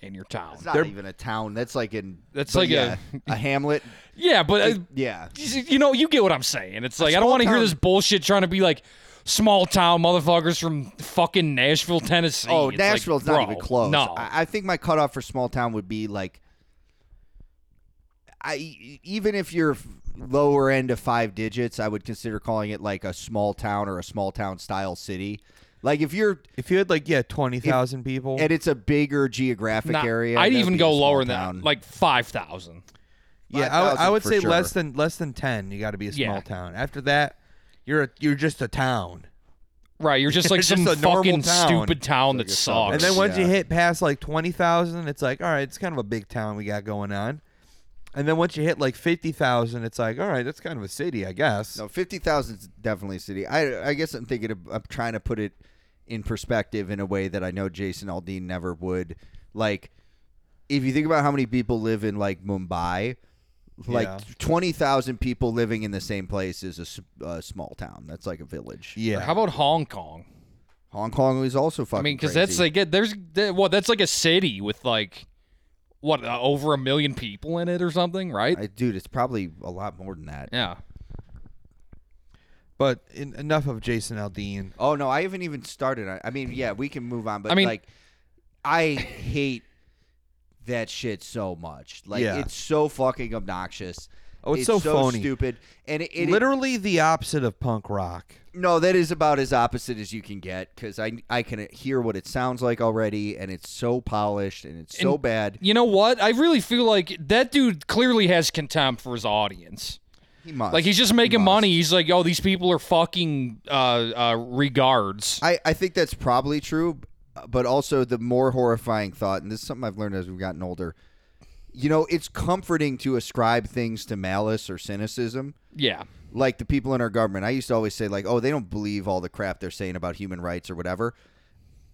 C: in your town.
D: It's not even a town. That's like in
C: That's
D: but
C: like a-
D: yeah, a hamlet.
C: yeah, but uh,
D: Yeah.
C: you know, you get what I'm saying. It's like I don't
D: small
C: want to hear
D: town-
C: this bullshit trying to be like small town motherfuckers from fucking Nashville, Tennessee.
D: Oh,
C: It's like,
D: Nashville's
C: bro,
D: not even close.
C: No,
D: I, I think my cutoff for small town would be like, I e- even if you're f- lower end of five digits, I would consider calling it like a small town or a small town style city. Like if you're
E: if you had like yeah 20,000 people
D: and it's a bigger geographic
C: Nah,
D: area,
C: I'd
D: that'd
C: even
D: be a
C: go
D: small
C: lower than
D: town.
C: that, like five thousand.
E: yeah I, would- I
D: 5,000
E: would
D: for
E: say
D: sure.
E: less than less than 10 you got to be a small
C: Yeah.
E: town after that you're a, you're just a town
C: Right, you're just like
E: Just
C: some
E: a normal
C: fucking
E: town.
C: stupid town that sucks.
D: suburb.
E: and then once you
D: Yeah.
E: hit past like 20,000 it's like all right it's kind of a big town we got going on and then once you hit like 50,000 it's like all right that's kind of a city I guess
D: No, fifty thousand is definitely a city. I I guess I'm thinking of, I'm trying to put it in perspective in a way that I know Jason Aldean never would. Like, if you think about how many people live in like Mumbai, like
E: Yeah.
D: twenty thousand people living in the same place is a s- a small town. That's like a village.
E: yeah
C: How about Hong Kong?
D: Hong Kong is also fucking.
C: I mean,
D: because
C: because that's like it- there's there- what that's like a city with like what uh, over a million people in it or something, right?
D: dude, it's probably a lot more than that.
C: yeah.
E: But in, enough of Jason Aldean.
D: Oh no, I haven't even started. On, I mean, yeah, we can move on, but
C: I mean-
D: like, I hate that shit so much. Like,
E: Yeah.
D: it's so fucking obnoxious.
E: Oh, it's so phony.
D: stupid, and it, it
E: Literally the opposite of punk rock.
D: no, that is about as opposite as you can get because I I can hear what it sounds like already, and it's so polished and it's so
C: And-
D: bad.
C: You know what? I really feel like that dude clearly has contempt for his audience.
D: He must
C: Like he's just
D: He
C: making
D: must.
C: money. He's like, oh, these people are fucking uh, uh, regards.
D: I, I think that's probably true, but also the more horrifying thought, and this is something I've learned as we've gotten older. You know, it's comforting to ascribe things to malice or cynicism,
C: yeah.
D: like the people in our government. I used to always say, like, oh, they don't believe all the crap they're saying about human rights or whatever.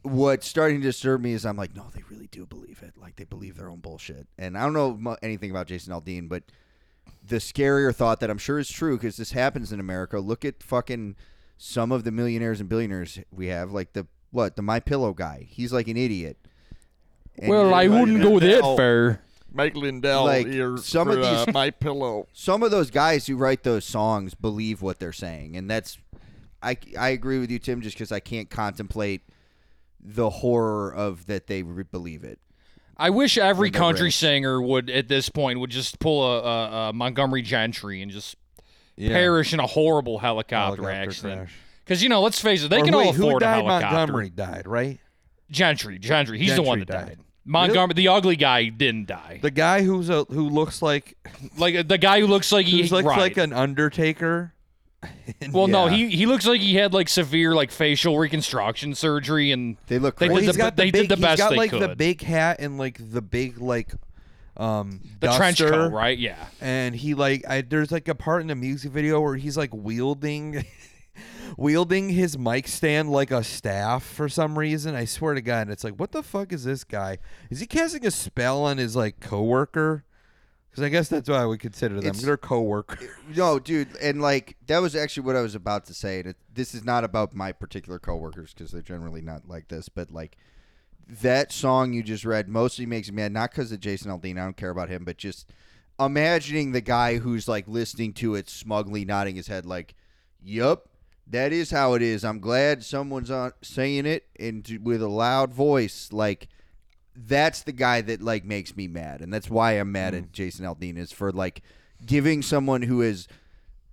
D: What's starting to disturb me is I'm like, no, they really do believe it. Like, they believe their own bullshit. And I don't know mu- anything about Jason Aldean, but the scarier thought that I'm sure is true because this happens in America. Look at fucking some of the millionaires and billionaires we have, like the what the My Pillow guy. He's like an idiot. And he's like-
C: that far.
F: Mike Lindell
D: Like,
F: here
D: some
F: for
D: of these-
F: uh, my pillow.
D: Some of those guys who write those songs believe what they're saying, and that's I I agree with you, Tim, just because I can't contemplate the horror of that they re- believe it.
C: I wish every
D: they're
C: country
D: rich.
C: singer would, at this point, would just pull a, a, a Montgomery Gentry and just
E: Yeah.
C: perish in a horrible helicopter,
E: Helicopter
C: accident.
E: crash.
C: Because you know, let's face it, they
E: Or
C: can
E: wait,
C: all
E: who
C: afford a
E: died?
C: helicopter.
E: Montgomery died, right?
C: Gentry, Gentry, he's the one that
E: Gentry
C: died.
E: died.
C: Montgomery, the ugly guy, didn't die.
E: The guy who's a who looks like
C: like uh, the guy who looks like
E: who
C: he
E: looks
C: right.
E: like an undertaker.
C: well, no,
E: Yeah.
C: he he looks like he had like severe like facial reconstruction surgery and
D: They look
C: They
D: crazy.
E: Well,
C: did
E: he's
C: the-
E: got the
C: they
E: big,
C: did the
E: he's
C: best
E: got
C: they
E: like the
C: could.
E: big hat and like the big like um,
C: The trench
E: duster,
C: coat, right? Yeah.
E: and he like I, there's like a part in the music video where he's like wielding wielding his mic stand like a staff for some reason i swear to god and it's like what the fuck is this guy is he casting a spell on his like coworker because i guess that's what i would consider them
D: It's- e-,
E: they're coworker
D: No, dude, and like that was actually what I was about to say. And it, this is not about my particular coworkers because they're generally not like this, but like that song you just read mostly makes me mad. Not because of Jason Aldean, I don't care about him, but just imagining the guy who's like listening to it smugly, nodding his head, like, "Yup, that is how it is." I'm glad someone's on saying it and t- with a loud voice, like. That's the guy that like makes me mad, and that's why I'm mad at Jason Aldean is for like giving someone who is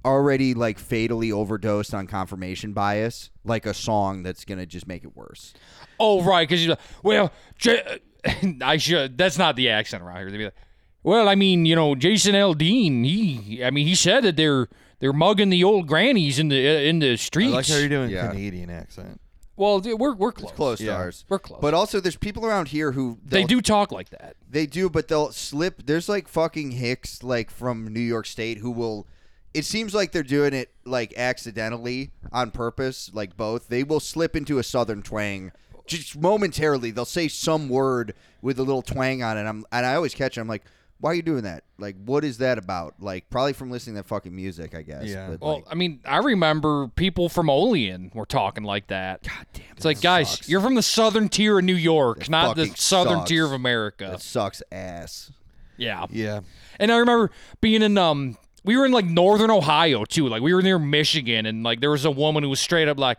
D: already like fatally overdosed on confirmation bias like a song that's gonna just make it worse.
C: Oh, right, because you're like, well, J- I should. That's not the accent around here. They'd be like, well, I mean, you know, Jason L. Dean. He, I mean, he said that they're they're mugging the old grannies in the uh, in the
E: i
C: streets.
E: like how you're doing
D: Yeah.
E: canadian accent
C: well, dude, we're we're close.
D: Close to
E: Yeah.
D: ours.
C: We're close.
D: But also there's people around here who
C: They
D: they'll-
C: do talk like that.
D: they do, but they'll slip there's like fucking hicks like from New York State who will it seems like they're doing it like accidentally on purpose, like both. They will slip into a southern twang. Just momentarily, they'll say some word with a little twang on it. I'm and I always catch it. I'm like, why are you doing that? Like, what is that about? Like, probably from listening to that fucking music, I guess.
E: Yeah.
D: But,
C: Well,
D: like,
C: I mean, I remember people from Olean were talking like that. God damn. It's like, guys, you're from the southern tier of New York, not the
D: fucking
C: southern
D: sucks.
C: tier of America.
D: That sucks ass.
C: yeah.
E: yeah
C: And I remember being in um we were in like northern Ohio too. Like we were near Michigan and like there was a woman who was straight up like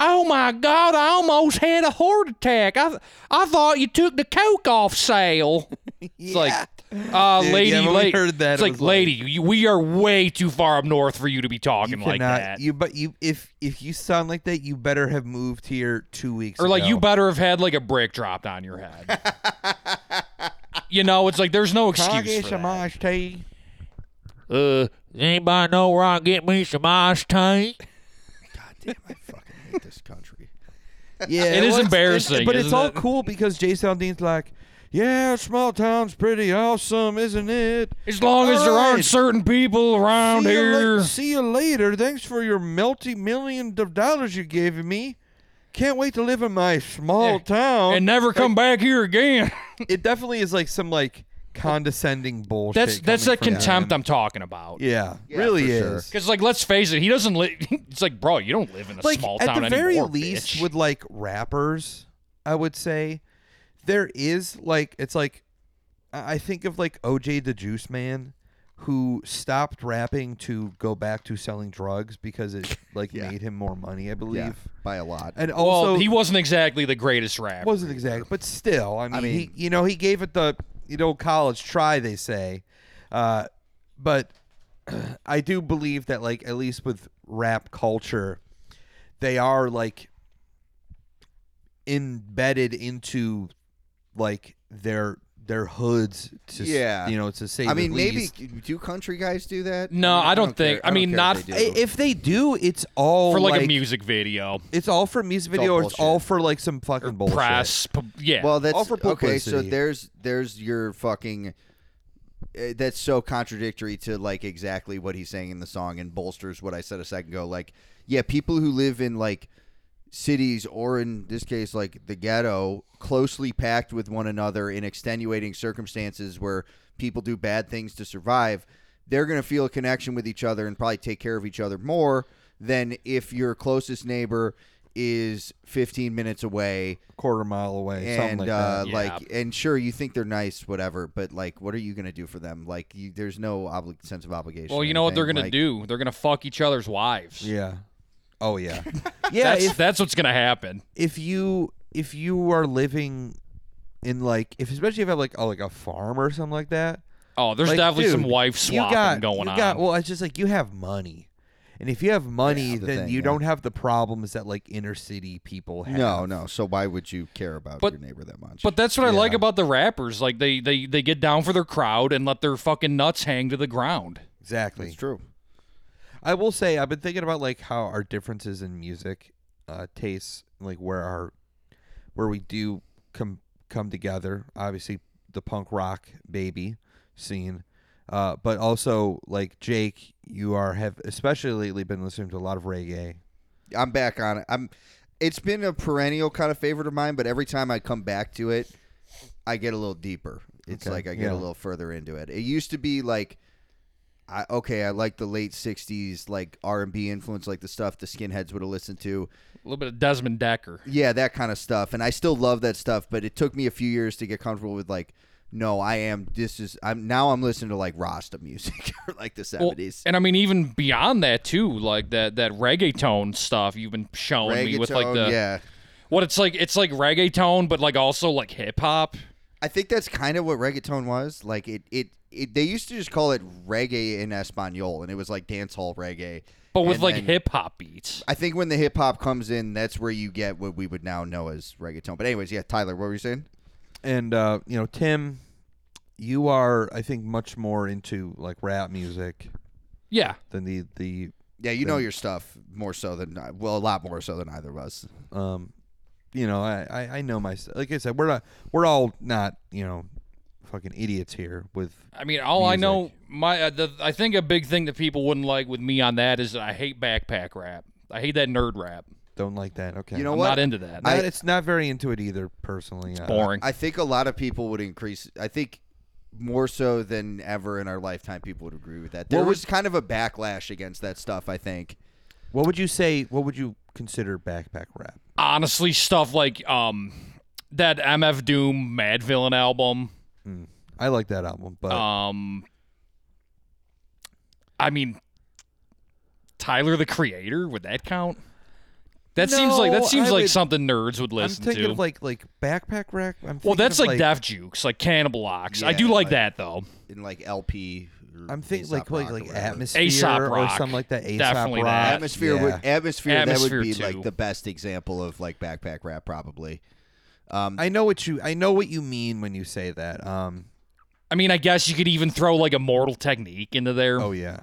C: Oh my god, I almost had a heart attack. I I thought you took the coke off sale. It's like uh,
E: Dude,
C: lady,
E: yeah, when we
C: lady.
E: heard that,
C: it's
E: it
C: like,
E: was like-
C: lady, you, we are way too far up north for you to be
E: you
C: talking like
E: cannot
C: that.
E: you but you if if you sound like that you better have moved here two weeks
C: or like
E: ago.
C: you better have had like a brick dropped on your head. you know, it's like there's no
E: Can I
C: excuse
E: get
C: for
E: some
C: that.
E: iced tea?
C: Uh, anybody know where I get me some ice tea?
D: God damn, I fucking hate this country.
E: Yeah,
C: It is
E: it's-
C: embarrassing,
E: but it's
C: isn't
E: all
C: it?
E: cool because Jason Dean's like, "Yeah, small town's pretty awesome, isn't it?"
C: As long as
E: All
C: there aren't
E: right.
C: certain people around
E: see You
C: here.
E: la- see you later. Thanks for your multi-million of dollars you gave me. Can't wait to live in my small
C: Yeah.
E: town.
C: and never come back here again.
E: it definitely is like some like condescending bullshit.
C: That's that's
E: coming
C: that
E: from
C: contempt
E: him.
C: I'm talking about.
E: Yeah,
D: Yeah,
E: really
D: for
E: is.
D: sure.
C: Because like, let's face it, he doesn't live. It's like, bro, you don't live in a
E: like
C: small
E: at
C: town
E: the very
C: anymore,
E: least
C: bitch.
E: with like rappers i would say there is like it's like i I think of like oj the juice man who stopped rapping to go back to selling drugs because it like
D: Yeah.
E: made him more money i believe
D: Yeah, by a lot.
E: and
C: well,
E: also
C: he wasn't exactly the greatest rapper.
E: wasn't exact but still i mean,
D: mean-
E: he, you know he gave it the you know college try they say uh, but i do believe that like at least with rap culture they are like embedded into like their their hoods to s-
D: Yeah.
E: you know to say
D: I
E: the
D: mean, maybe
E: least.
D: do country guys do that?
C: No, I don't think-
D: care-
C: I mean,
D: care
C: not-
D: if they
E: I-
D: do.
E: if they do it's all
C: for like, a music video,
E: it's all for music
D: all
E: video or it's
D: bullshit.
E: all for like some fucking bullshit
C: press, pu- yeah.
D: well, that's
E: all for
D: okay. So
E: publicity.
D: there's there's your fucking. uh, That's so contradictory to like exactly what he's saying in the song, and bolsters what I said a second ago. Like, yeah, people who live in like cities or in this case like the ghetto closely packed with one another in extenuating circumstances where people do bad things to survive they're going to feel a connection with each other and probably take care of each other more than if your closest neighbor is 15 minutes away
E: quarter mile away something
D: and
E: like
D: uh,
E: that
C: Yeah.
D: like and sure you think they're nice whatever but like what are you going to do for them like you, there's no obli- sense of obligation
C: well,
D: or
C: you know what they're
D: anything.
C: gonna
D: Like,
C: do? They're gonna fuck each other's wives.
E: Yeah. Oh yeah. yeah.
C: that's,
E: If,
C: that's what's gonna happen.
E: if you if you are living in like if especially if I have like oh like a farm or something like that.
C: Oh, there's
E: like,
C: definitely some
E: dude,
C: wife
E: you
C: swapping
E: got-
C: going
E: you
C: on.
E: Got, well, it's just like you have money, and if you have money,
D: the
E: then
D: thing,
E: you
D: yeah.
E: don't have the problems that like inner city people have.
D: no no so why would you care about
C: But-
D: your neighbor that much
C: But that's what I like about the rappers. Like they, they they get down for their crowd and let their fucking nuts hang to the ground.
E: Exactly.
D: it's true
E: I will say I've been thinking about like how our differences in music uh, tastes, like where our where we do come come together. Obviously, the the punk rock baby scene. Uh, but also, like Jake, you are have especially lately been listening to a lot of reggae.
D: I'm back on it. I'm. It's been a perennial kind of favorite of mine, but every time I come back to it, I get a little deeper. It's
E: Okay,
D: like I get
E: yeah.
D: a little further into it. It used to be like, I okay, I like the late '60s, like R and B influence, like the stuff the skinheads would have listened to.
C: little bit of Desmond Decker.
D: Yeah, that kind of stuff. And I still love that stuff, but it took me a few years to get comfortable with like, no, I am. This is. I'm now. I'm listening to like Rasta music or like the
C: Well,
D: '70s.
C: and I mean, even beyond that too, like that that reggaeton stuff you've been showing me with like
D: Reggaeton,
C: the
D: yeah.
C: what it's like. It's like reggaeton, but like also like hip hop.
D: I think that's kind of what reggaeton was. Like it, it, it they used to just call it reggae in Espanol, and it was like dance hall reggae.
C: But with
D: And
C: like
D: then-
C: hip hop beats.
D: I think when the hip hop comes in, that's where you get what we would now know as reggaeton. But anyways, yeah, Tyler, what were you saying?
E: And uh, you know, Tim, you are I think much more into like rap music
C: Yeah.
E: than the the
D: Yeah, you know your stuff more so than I- well, a lot more so than either of us.
E: um, you know, I, I, I know my like I said, we're not we're all not you know fucking idiots here with
C: I mean, all I
E: Music.
C: know, my uh, the, I think a big thing that people wouldn't like with me on that is I hate backpack rap. I hate that nerd rap.
E: don't like that. Okay,
D: You know
C: I'm
D: what?
C: not into that.
E: I, it's not very into it either personally. It's
C: Boring.
D: I think a lot of people would increase. I think more so than ever in our lifetime, people would agree with that. There
E: would-
D: was kind of a backlash against that stuff. I think.
E: What would you say? What would you consider backpack rap?
C: Honestly, stuff like um that MF Doom Mad Villain album.
E: I like that album, but
C: Um, I mean, Tyler the Creator would that count? That seems like that
E: No,
C: seems
E: I
C: like
E: would-
C: something nerds would
E: I'm
C: listen
E: thinking
C: to.
E: of like like backpack rap. I'm
C: well,
E: thinking
C: that's
E: of,
C: like, Def Jukes, like Cannibal Ox. I
D: Yeah,
C: do like,
D: like-
C: that though.
D: in like LP. or
E: I'm thinking
D: Aesop
E: like like
D: Rock or
E: like
D: whatever.
E: atmosphere
C: Aesop
E: or
C: Rock.
E: something like that. Aesop
C: Definitely
E: rock.
C: that.
D: Atmosphere would
E: Yeah.
D: atmosphere, that
C: Atmosphere
D: would be
C: too.
D: like the best example of like backpack rap probably. Um,
E: I know what you I know what you mean when you say that. Um.
C: I mean, I guess you could even throw like Immortal Technique into there.
E: Oh yeah.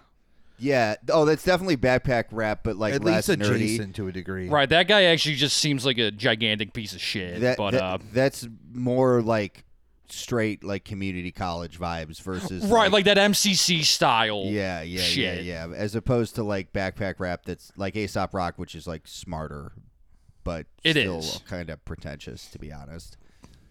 D: yeah. Oh, that's definitely backpack rap, but like
E: At
D: less
E: least
D: nerdy.
E: adjacent to a degree.
C: Right, that guy actually just seems like a gigantic piece of shit.
D: That,
C: but
D: that-
C: uh,
D: that's more like straight like community college vibes versus
C: right, like that MCC style.
D: yeah, yeah,
C: shit.
D: yeah, yeah. As opposed to like backpack rap that's like Aesop Rock, which is like smarter, but
C: It
D: still
C: is.
D: kind of pretentious to be honest.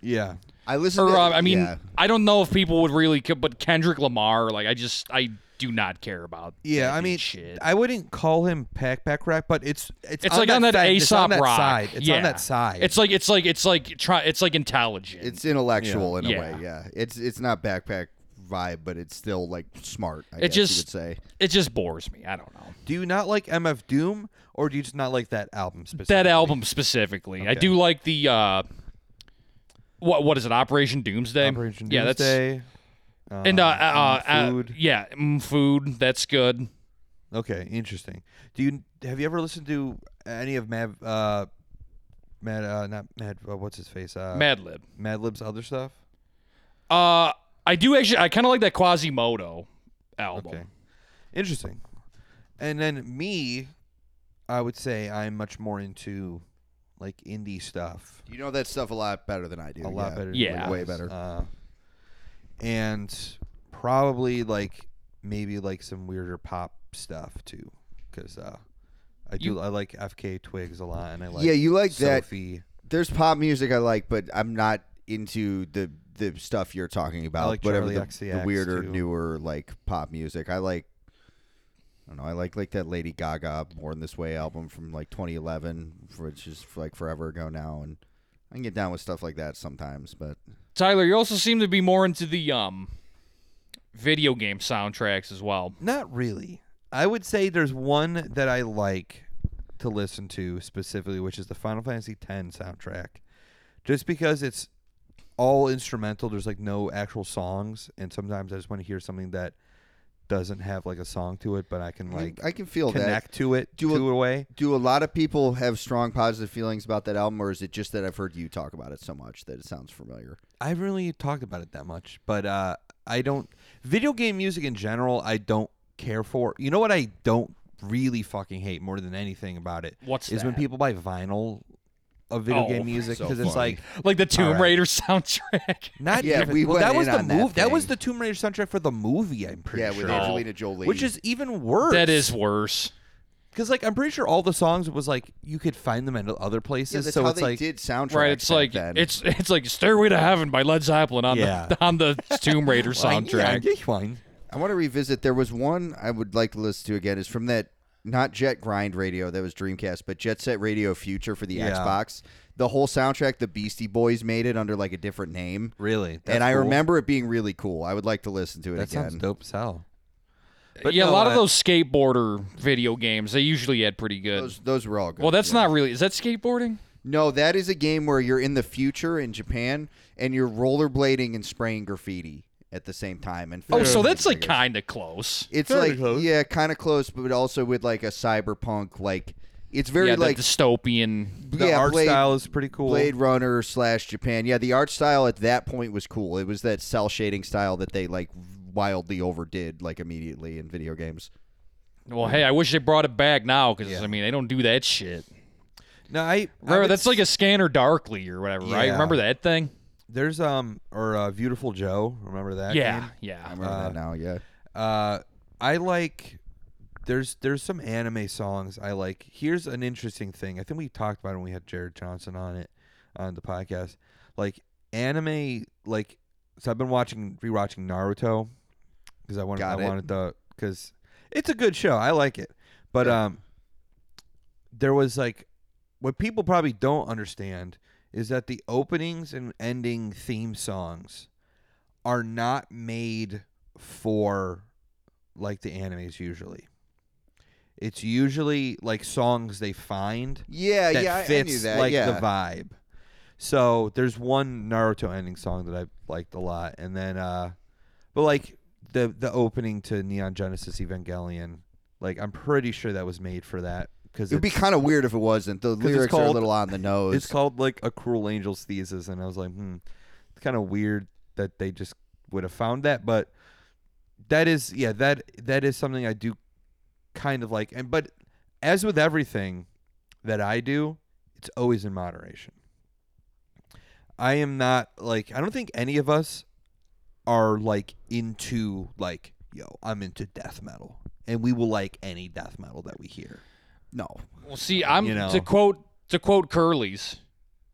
E: Yeah.
D: I listen.
C: Or
D: to,
C: uh, I mean,
D: yeah.
C: I don't know if people would really, co- but Kendrick Lamar, like I just I do not care about.
E: Yeah,
C: that
E: I mean,
C: dude's shit.
E: I wouldn't call him backpack rap, but it's it's,
C: It's like on that
E: fence, it's
C: Aesop
E: on that
C: rock.
E: side. It's
C: yeah.
E: on that side.
C: It's like it's like it's like try. It's like intelligent.
D: It's intellectual in a
C: Yeah.
D: way, yeah. It's it's not backpack vibe, but it's still like smart. I
C: It
D: guess
C: just-
D: you could say.
C: it just bores me. I don't know
E: do you not like MF Doom, or do you just not like that album specifically?
C: that album specifically. I
E: Okay.
C: do like the uh, what what is it? Operation Doomsday.
E: Operation
C: yeah, that's
E: Doomsday. Mmm
C: and uh, uh, uh,
E: Food.
C: yeah, mm, food. That's good.
E: Okay, interesting. Do you have you ever listened to any of Mad uh Mad uh not Mad uh, what's his face? Uh
C: Madlib.
E: Madlib's other stuff?
C: Uh, I do actually. I kind of like that Quasimodo album.
E: Okay. Interesting. And then me, I would say I'm much more into like indie stuff.
D: You know that stuff a lot better than I do.
E: A lot
D: yeah.
E: better. than
C: Yeah.
E: you
D: Way
E: guys.
D: better.
E: Uh, and probably like maybe like some weirder pop stuff too, because uh, I do
C: You-
E: I like FK Twigs a lot, and I like
D: Yeah, you like that-
E: Sophie.
D: There's pop music I like, but I'm not into the the stuff you're talking about.
E: like
D: whatever
E: Charli
D: the,
E: XCX,
D: the weirder,
E: too.
D: newer like pop music. I like. I don't know. I like like that Lady Gaga "Born This Way" album from like 2011, which is like forever ago now, and I can get down with stuff like that sometimes. But
C: Tyler, you also seem to be more into the um video game soundtracks as well.
E: Not really. I would say there's one that I like to listen to specifically, which is the Final Fantasy X soundtrack, just because it's all instrumental. There's like no actual songs, and sometimes I just want to hear something that doesn't have like a song to it, but I can like
D: I can feel that.
E: connect to it,
D: Do a-
E: to a way.
D: Do a lot of people have strong positive feelings about that album, or is it just that I've heard you talk about it so much that it sounds familiar?
E: I haven't really talked about it that much, but uh, I don't. Video game music in general, I don't care for. You know what I don't really fucking hate more than anything about it
C: What's
E: is when
C: that?
E: people buy vinyl of video
C: Oh,
E: game music
G: so
E: because it's
G: funny.
E: like
C: like the Tomb
E: right.
C: Raider soundtrack.
E: not
D: Yeah,
E: even.
D: we
E: well, that
D: went
E: was
D: in
E: the
D: on that
E: move. That was
D: thing.
E: the Tomb Raider soundtrack for the movie. I'm pretty
G: yeah,
E: sure.
G: with Angelina Jolie.
E: Which is even worse.
C: that is worse.
E: because like I'm pretty sure all the songs was like you could find them in other places.
G: yeah, that's
E: so
G: how
E: it's
G: they
E: like
G: did soundtracks.
C: Right, it's like
G: back then.
C: it's it's like Stairway to Heaven by Led Zeppelin on
E: Yeah.
C: the on the Tomb Raider
E: Fine, yeah,
C: soundtrack.
E: yeah, fine.
D: I want to revisit. There was one I would like to listen to again. Is from that not Jet Grind Radio that was Dreamcast, but Jet Set Radio Future for the
E: Yeah.
D: Xbox. The whole soundtrack, the Beastie Boys made it under like a different name,
E: Really,
D: and I
E: cool.
D: remember it being really cool. I would like to listen to it
E: that
D: again.
E: sounds dope as hell.
C: Yeah,
E: But
C: a
E: no,
C: lot of
E: I-
C: those skateboarder video games they usually had pretty good.
D: Those those were all good.
C: well, that's
D: yeah.
C: not really. Is that skateboarding?
D: No, that is a game where you're in the future in Japan and you're rollerblading and spraying graffiti at the same time. And
C: Oh, so
D: fighting
C: that's like
D: figures.
C: kind of close.
D: It's
F: Fairly
D: like
F: close.
D: yeah, kind of close, but also with like a cyberpunk like. It's very
C: yeah,
D: like
C: the dystopian.
E: The
D: yeah,
E: art
D: Blade,
E: style is pretty cool.
D: Blade Runner slash Japan. Yeah, the art style at that point was cool. It was that cell shading style that they like wildly overdid like immediately in video games.
C: Well, hey, I wish they brought it back now because I mean they don't do that shit.
E: No, I I
C: Remember
E: would
C: that's like a Scanner Darkly or whatever, right?
E: Yeah.
C: Remember that thing?
E: There's um or uh, Beautiful Joe. Remember that?
C: yeah,
E: game?
D: I
C: yeah.
D: remember that now. Yeah,
E: Uh, I like. There's there's some anime songs I like. Here's an interesting thing. I think we talked about it when we had Jared Johnson on it on the podcast. Like anime, like so I've been watching rewatching Naruto because I wanted
D: Got
E: I
D: it.
E: wanted the because it's a good show. I like it, but um, there was like what people probably don't understand is that the openings and ending theme songs are not made for like the animes usually. It's usually like songs they find
D: yeah,
E: that
D: Uh, yeah. I- I
E: fits
D: knew that.
E: like
D: yeah.
E: the vibe. So there's one Naruto ending song that I liked a lot, and then uh, but like the the opening to Neon Genesis Evangelion, like I'm pretty sure that was made for that because
D: It'd be kind of weird if it wasn't. The
E: it's
D: lyrics are a
E: called-
D: little on the nose.
E: it's called like a cruel angel's thesis, and I was like, hmm, it's kind of weird that they just would have found that, but that is yeah that that is something I do kind of like, and but as with everything that I do, it's always in moderation. I am not like I don't think any of us are like into like yo I'm into death metal, and we will like any death metal that we hear.
D: no,
C: Well, see, I'm
E: You know.
C: to quote to quote Curly's.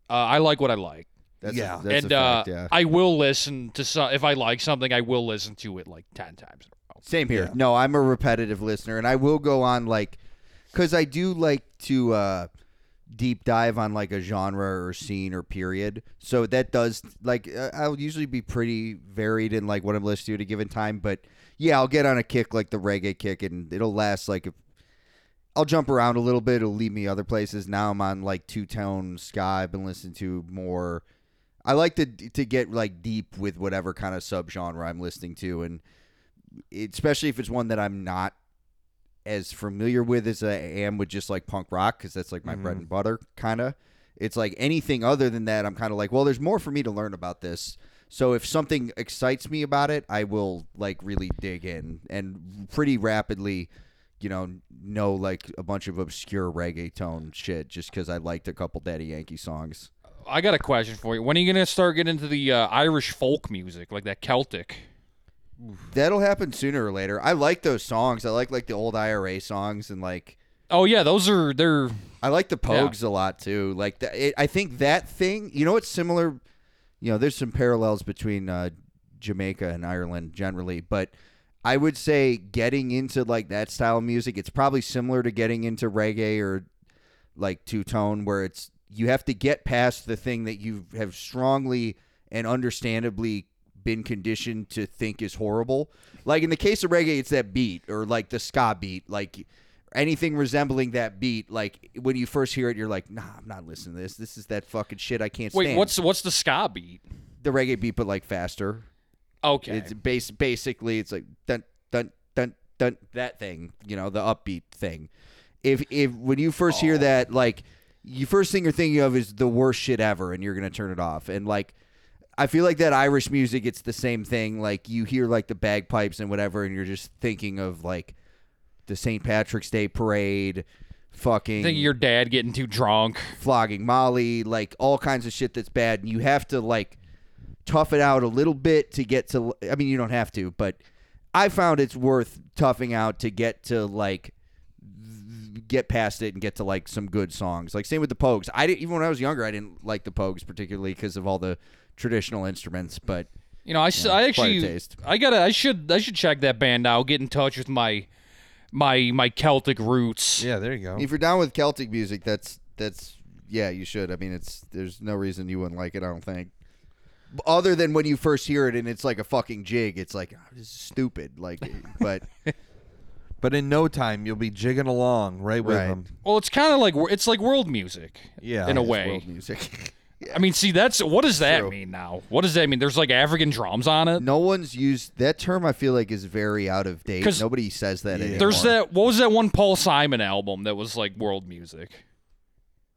C: Uh, I like what I like,
D: that's
E: Yeah.
D: a, that's
C: and
D: a fact,
C: uh,
D: yeah.
C: I will listen to some. If I like something, I will listen to it like ten times. in a row.
D: Same here. No, I'm a repetitive listener, and I will go on like, because I do like to uh, deep dive on like a genre or scene or period. So that does like uh, I'll usually be pretty varied in like what I'm listening to at a given time. But yeah, I'll get on a kick like the reggae kick, and it'll last like. A, I'll jump around a little bit. It'll lead me other places. Now I'm on like two tone ska. I've been listening to more. I like to to get like deep with whatever kind of subgenre I'm listening to, and especially if it's one that I'm not as familiar with as I am with just like punk rock because that's like my bread and butter kind of. It's like anything other than that, I'm kind of like, well, there's more for me to learn about this. So if something excites me about it, I will like really dig in and pretty rapidly, you know, know like a bunch of obscure reggaeton shit just because I liked a couple Daddy Yankee songs.
C: I got a question for you. When are you gonna start getting into the uh, Irish folk music, like that Celtic?
D: That'll happen sooner or later. I like those songs. I like like the old IRA songs and like
C: Oh yeah, those are they're
D: I like the Pogues a lot too. Like the, it, I think that thing, you know, it's similar. You know, there's some parallels between uh, Jamaica and Ireland generally, but I would say getting into like that style of music, it's probably similar to getting into reggae or like two tone, where it's you have to get past the thing that you have strongly and understandably been conditioned to think is horrible. Like in the case of reggae, it's that beat or like the ska beat, like anything resembling that beat. Like when you first hear it, you're like, nah, I'm not listening to this. This is that fucking shit I can't
C: wait.
D: stand.
C: What's what's the ska beat?
D: the reggae beat, but like faster?
C: Okay,
D: It's base basically it's like dun dun dun dun that thing, you know, the upbeat thing. If if when you first hear that, like you first thing you're thinking of is the worst shit ever, and you're gonna turn it off. And like I feel like that Irish music, it's the same thing. Like you hear like the bagpipes and whatever, and you're just thinking of like the St. Patrick's Day parade, fucking
C: Think of your dad getting too drunk.
D: flogging Molly, like all kinds of shit that's bad. And you have to like tough it out a little bit to get to. I mean, you don't have to, but I found it's worth toughing out to get to like get past it and get to like some good songs. Like same with the Pogues. I didn't even when I was younger, I didn't like the Pogues particularly because of all the traditional instruments. But
C: You know, I, s- I
D: quite a
C: actually
D: taste.
C: I gotta I should I should check that band out. Get in touch with my my my Celtic roots.
E: Yeah, there you go.
D: if you're down with Celtic music, that's that's yeah, you should. I mean, it's there's no reason you wouldn't like it. I don't think. Other than when you first hear it and it's like a fucking jig, it's like "Ah, this is stupid. Like, but
E: But in no time, you'll be jigging along right with
D: Right.
E: them.
C: Well, it's kind of like wor- it's like world music.
E: Yeah.
C: in a
E: It's
C: way.
D: world music.
C: I mean, see, that's what does that
D: True.
C: mean now? What does that mean? There's like African drums on it.
D: no one's used that term. I feel like is very out of date.
C: 'Cause
D: Nobody says that anymore.
C: There's that. What was that one Paul Simon album that was like world music?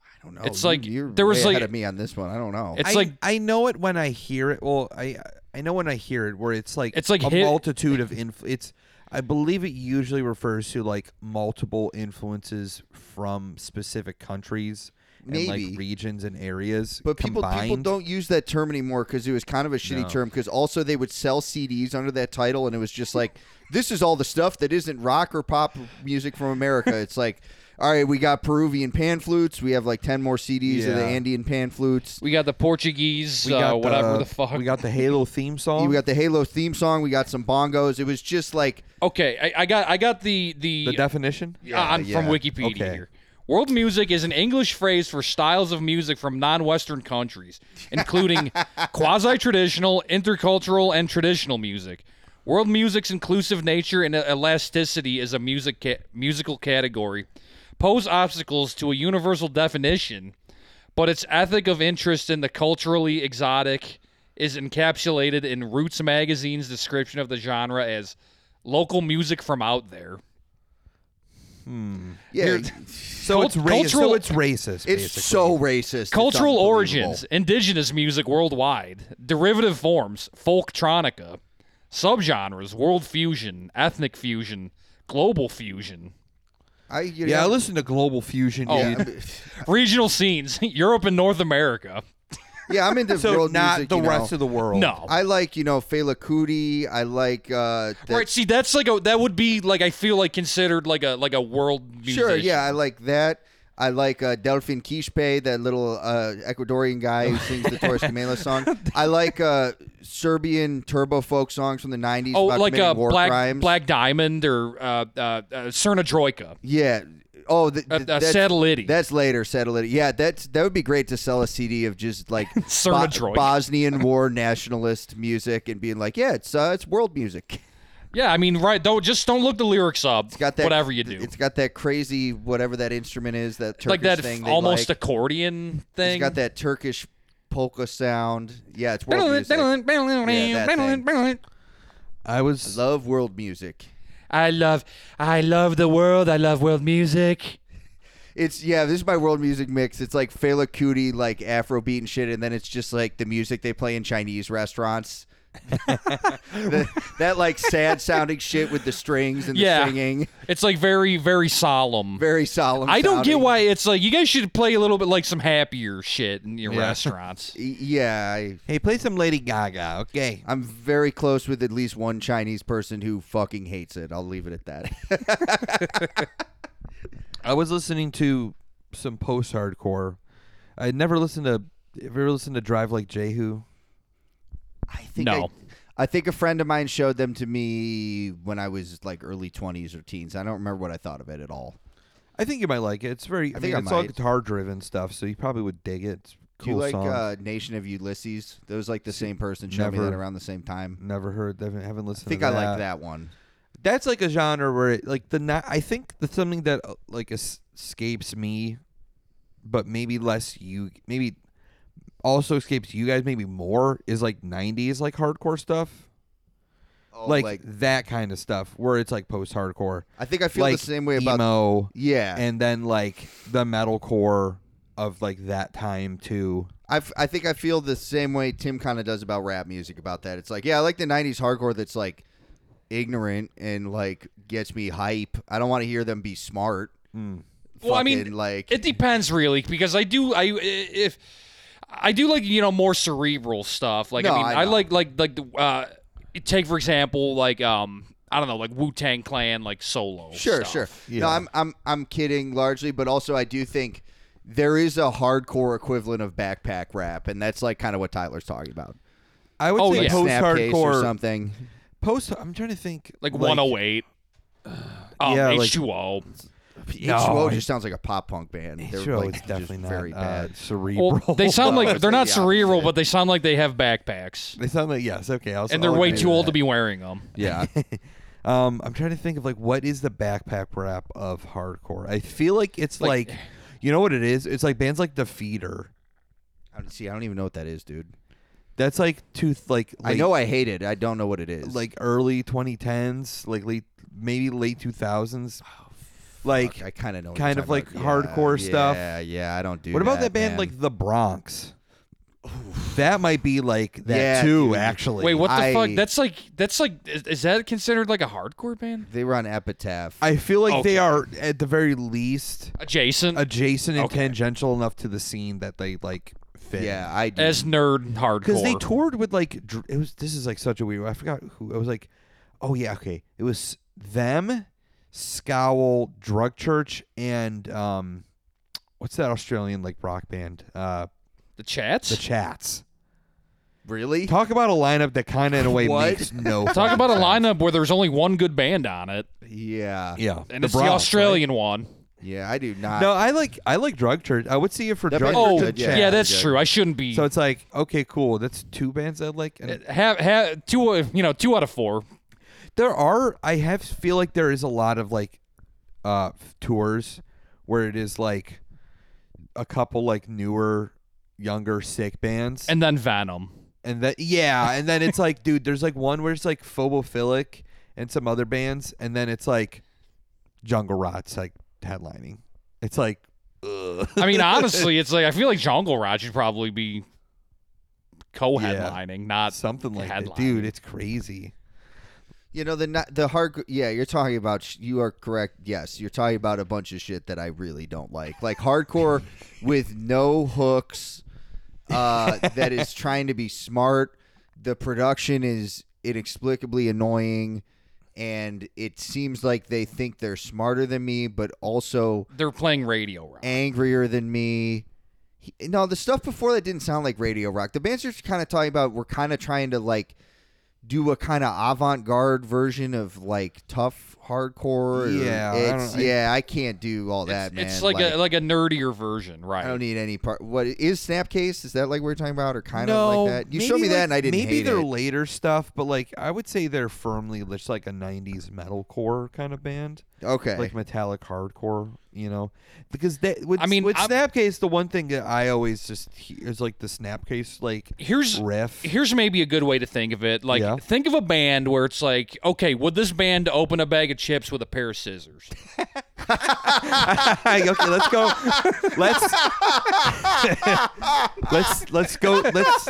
D: I don't know.
C: it's
D: You-
C: like-
D: you're
C: there was
D: way
C: like-
D: ahead of me on this one. I don't know.
C: It's
E: I,
C: like
E: I know it when I hear it. Well, I I know when I hear it where it's like
C: It's like
E: a
C: hit-
E: multitude of influ- It's I believe it usually refers to like multiple influences from specific countries and
D: Maybe.
E: like regions and areas.
D: But people people
E: combined.
D: don't use that term anymore because it was kind of a shitty term 'cause term. Because also they would sell CDs under that title, and it was just like, this is all the stuff that isn't rock or pop music from America. it's like, all right, we got Peruvian pan flutes. We have like ten more CDs of the
E: Yeah.
D: Andean pan flutes.
C: we got the Portuguese, uh, whatever the, fuck.
E: We got the Halo theme song.
D: We got the Halo theme song. We got some bongos. It was just like
C: okay, I, I got I got the the,
E: the definition.
C: on, from
D: yeah.
C: Wikipedia
E: Okay.
C: here. World music is an English phrase for styles of music from non-Western countries, including quasi-traditional, intercultural, and traditional music. World music's inclusive nature and elasticity is a music ca- musical category pose obstacles to a universal definition, but its ethic of interest in the culturally exotic is encapsulated in Roots magazine's description of the genre as local music from out there.
D: yeah,
E: So
C: Cult-
E: it's ra-
C: cultural-
E: So it's racist.
D: it's
E: basically.
D: so racist. It's
C: Cultural
D: unbelievable.
C: origins, indigenous music worldwide, derivative forms, folktronica, subgenres, world fusion, ethnic fusion, global fusion,
D: I, you
E: Yeah, I
D: know,
E: listen to Global Fusion.
C: Oh,
D: yeah,
E: dude.
D: I'm-
C: regional scenes, Europe and North America.
D: yeah, I'm into
E: so
D: world
E: not
D: music,
E: the
D: you know.
E: rest of the world.
C: No.
D: I like you know Fela Kuti. I like uh, that-
C: right, see that's like a that would be like I feel like considered like a like a world musician.
D: Sure, yeah, I like that. I like uh, Delfin Quispe, that little uh, Ecuadorian guy who sings the Torres Camela song. I like uh, Serbian turbo folk songs from the 90s
C: Oh,
D: about
C: like
D: committing
C: a
D: war
C: black
D: crimes.
C: black diamond or uh uh, uh Cerna Troika.
D: Yeah. Oh, th-
C: Uh,
D: th-
C: uh,
D: that's,
C: Satellite.
D: That's later, Satellite. Yeah, that's that would be great to sell a CD of just like
C: Cerna Droid.
D: Bosnian war nationalist music and being like, yeah, it's uh, it's world music.
C: Yeah, I mean, right? Don't just don't look the lyrics up.
D: It's got that
C: whatever you do,
D: It's got that crazy whatever that instrument is that Turkish
C: like that
D: thing
C: f-
D: they
C: almost
D: like.
C: accordion thing.
D: It's got that Turkish polka sound. Yeah, it's world music. Yeah, that
C: I
E: I was
D: Love world music.
C: love, I love the world. I love world music.
D: It's yeah, this is my world music mix. It's like Fela Kuti, like Afrobeat and shit, and then it's just like the music they play in Chinese restaurants. The- that like sad sounding shit with the strings and the
C: Yeah.
D: singing,
C: It's like very, very solemn.
D: very solemn.
C: I don't get
D: sounding.
C: why it's like you guys should play a little bit like some happier shit in your
E: Yeah.
C: restaurants.
D: Y- Yeah, I,
E: hey, play some Lady Gaga, okay?
D: I'm very close with at least one Chinese person who fucking hates it. I'll leave it at that.
E: I was listening to some post-hardcore. I had never listened to. Have you ever listened to Drive Like Jehu?
D: I think
C: No.
D: I, I think a friend of mine showed them to me when I was like early 20s or teens. I don't remember what I thought of it at all.
E: I think you might like it. It's very. I,
D: think
E: mean,
D: I
E: it's all
D: might.
E: guitar-driven stuff, so you probably would dig it. It's a
D: Do you
E: cool
D: like
E: song.
D: uh, Nation of Ulysses? Those like the same person showed me
E: Never.
D: that around the same time.
E: never heard. Haven't haven't listened.
D: I think
E: to
D: I
E: that.
D: like that one.
E: That's like a genre where it, like the na- I think that's something that uh, like es- escapes me, but maybe less you. Maybe also escapes you guys. Maybe more is like '90s like hardcore stuff.
D: Oh,
E: like, that kind of stuff where it's like post hardcore.
D: I think I feel
E: like
D: the same way about
E: emo,
D: yeah.
E: and then like the metalcore of like that time too.
D: I f- I think I feel the same way Tim kind of does about rap music about that. It's like yeah, I like the '90s hardcore that's like
E: Hmm.
D: ignorant and like gets me hype. I don't want to hear them be smart. fucking
C: Well, I mean,
D: like
C: it depends really because I do I if I do like you know more cerebral stuff. Like
D: No,
C: I mean,
D: I
C: I,
D: know.
C: like like like the uh, take for example like um I don't know like Wu Tang Clan like solo.
D: Sure,
C: stuff.
D: sure.
E: Yeah.
D: No, I'm I'm I'm kidding largely, but also I do think there is a hardcore equivalent of backpack rap, and that's like kind of what Tyler's talking about.
E: I would
C: Oh,
E: say
C: yeah.
E: post
D: Snapcase or
E: hardcore.
D: something.
E: Post. I'm trying to think.
C: Like 108. Um,
E: yeah, like-
C: H2O.
D: H2O just sounds like a pop punk band. They're
E: H2O
D: like
E: is
D: just
E: definitely not
D: very
E: uh,
D: bad.
E: cerebral.
C: Well, they sound like
D: It's
C: they're
D: like
C: not
D: the
C: cerebral,
D: opposite.
C: but they sound like they have backpacks,
E: They sound like yes. Okay, I'll,
C: and they're
E: I'll
C: way
E: agree
C: too
E: with
C: old
E: that.
C: to be wearing them.
D: Yeah.
E: Um, I'm trying to think of like what is the backpack rap of hardcore. I feel like it's like,
C: Like-
E: you know what it is. It's like bands like The Feeder.
D: I don't- See, I don't even know what that is, dude.
E: That's like tooth like
D: I
E: late-
D: know I hate it. I don't know what it is.
E: like early 2010s, like late maybe late 2000s. like
D: Oh, Fuck, I kind of know. what
E: kind
D: you're
E: of
D: talking
E: like
D: about. Yeah,
E: hardcore stuff.
D: Yeah, yeah. I don't do.
E: what about that band
D: man.
E: like The Bronx? That might be like that
D: Yeah,
E: too.
D: dude.
E: Actually,
C: Wait, what the
D: I-
C: fuck? That's like that's like is, is that considered like a hardcore band?
D: They were on Epitaph.
E: I feel like
C: Okay.
E: they are at the very least
C: Adjacent
E: adjacent and
C: Okay.
E: tangential enough to the scene that they like fit.
D: yeah, I do.
C: as nerd hardcore.
E: because they toured with like Dr- it was. This is like such a weird. I forgot who. I was like, oh yeah, okay. It was them, Scowl, Drug Church, and um, what's that Australian like rock band? Uh,
C: the chats.
E: the Chats.
D: really.
E: Talk about a lineup that kind of in a way
D: What?
E: makes no.
C: Talk
E: fucking
C: about a
E: sense.
C: lineup where there's only one good band on it,
D: Yeah,
E: Yeah,
C: and
E: the
C: it's
E: Bronx,
C: the
E: right?
C: Australian one.
D: yeah. I do not.
E: No, I like I like Drug Church. I would see it for
D: That
E: Drug
D: band-
E: Church.
C: Oh,
E: and
D: good, yeah.
C: yeah,
E: Chats.
C: that's
D: good.
C: true. I shouldn't be.
E: So it's like okay, cool. That's two bands I like. And
C: have have two, uh, you know, two out of four.
E: there are i have feel like there is a lot of like uh f- tours where it is like a couple like newer younger sick bands
C: and then Venom.
E: and that yeah and then it's like dude there's like one where it's like phobophilic and some other bands and then it's like jungle rot's like headlining it's like ugh.
C: I mean, honestly, it's like I feel like Jungle Rod should probably be co-headlining, not
E: something like that
C: headline.
E: dude it's crazy
D: You know the na- the hard yeah you're talking about sh- you are correct yes you're talking about a bunch of shit that I really don't like like hardcore with no hooks uh, that is trying to be smart the production is inexplicably annoying and it seems like they think they're smarter than me but also
C: they're playing radio rock.
D: angrier than me He- no the stuff before that didn't sound like radio rock the bands you're kind of talking about were kind of trying to like do a kind of avant-garde version of like tough hardcore or-
E: Yeah, I
D: it's,
E: don't- I-
D: yeah i can't do all that man
C: it's like, a like a nerdier version, right?
D: I
E: Oh,
D: don't need any part. What is Snapcase? Is that like we we're talking about, or kind
E: no,
D: of like that? You
E: maybe,
D: showed me
E: like-
D: that, and I didn't
E: Maybe
D: hate
E: their
D: it.
E: later stuff, but like I would say they're firmly just like a '90s metalcore kind of band,
D: Okay,
E: like metallic hardcore. You know, because they. With,
C: I mean,
E: with
C: I'm-
E: Snapcase, the one thing that I always just hear is like the Snapcase like
C: Here's
E: riff.
C: here's maybe a good way to think of it. Like
E: Yeah.
C: think of a band where it's like, okay, would this band open a bag of chips with a pair of scissors?
E: okay, let's go. Let's let's let's go. Let's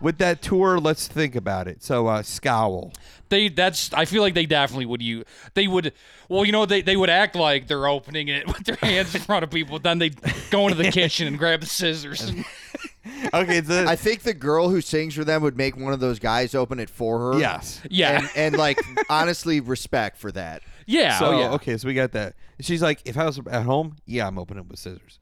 E: with that tour. Let's think about it. So uh, scowl.
C: They that's I feel like they definitely would you they would well you know they, they would act like they're opening it with their hands in front of people then they go into the kitchen and grab the scissors. and-
E: Okay, the,
D: I think the girl who sings for them would make one of those guys open it for her.
E: yes.
C: yeah.
D: and, and like honestly, respect for that.
C: yeah.
E: So
C: oh, yeah.
E: okay, so we got that. She's like, if I was at home, yeah, I'm opening with scissors.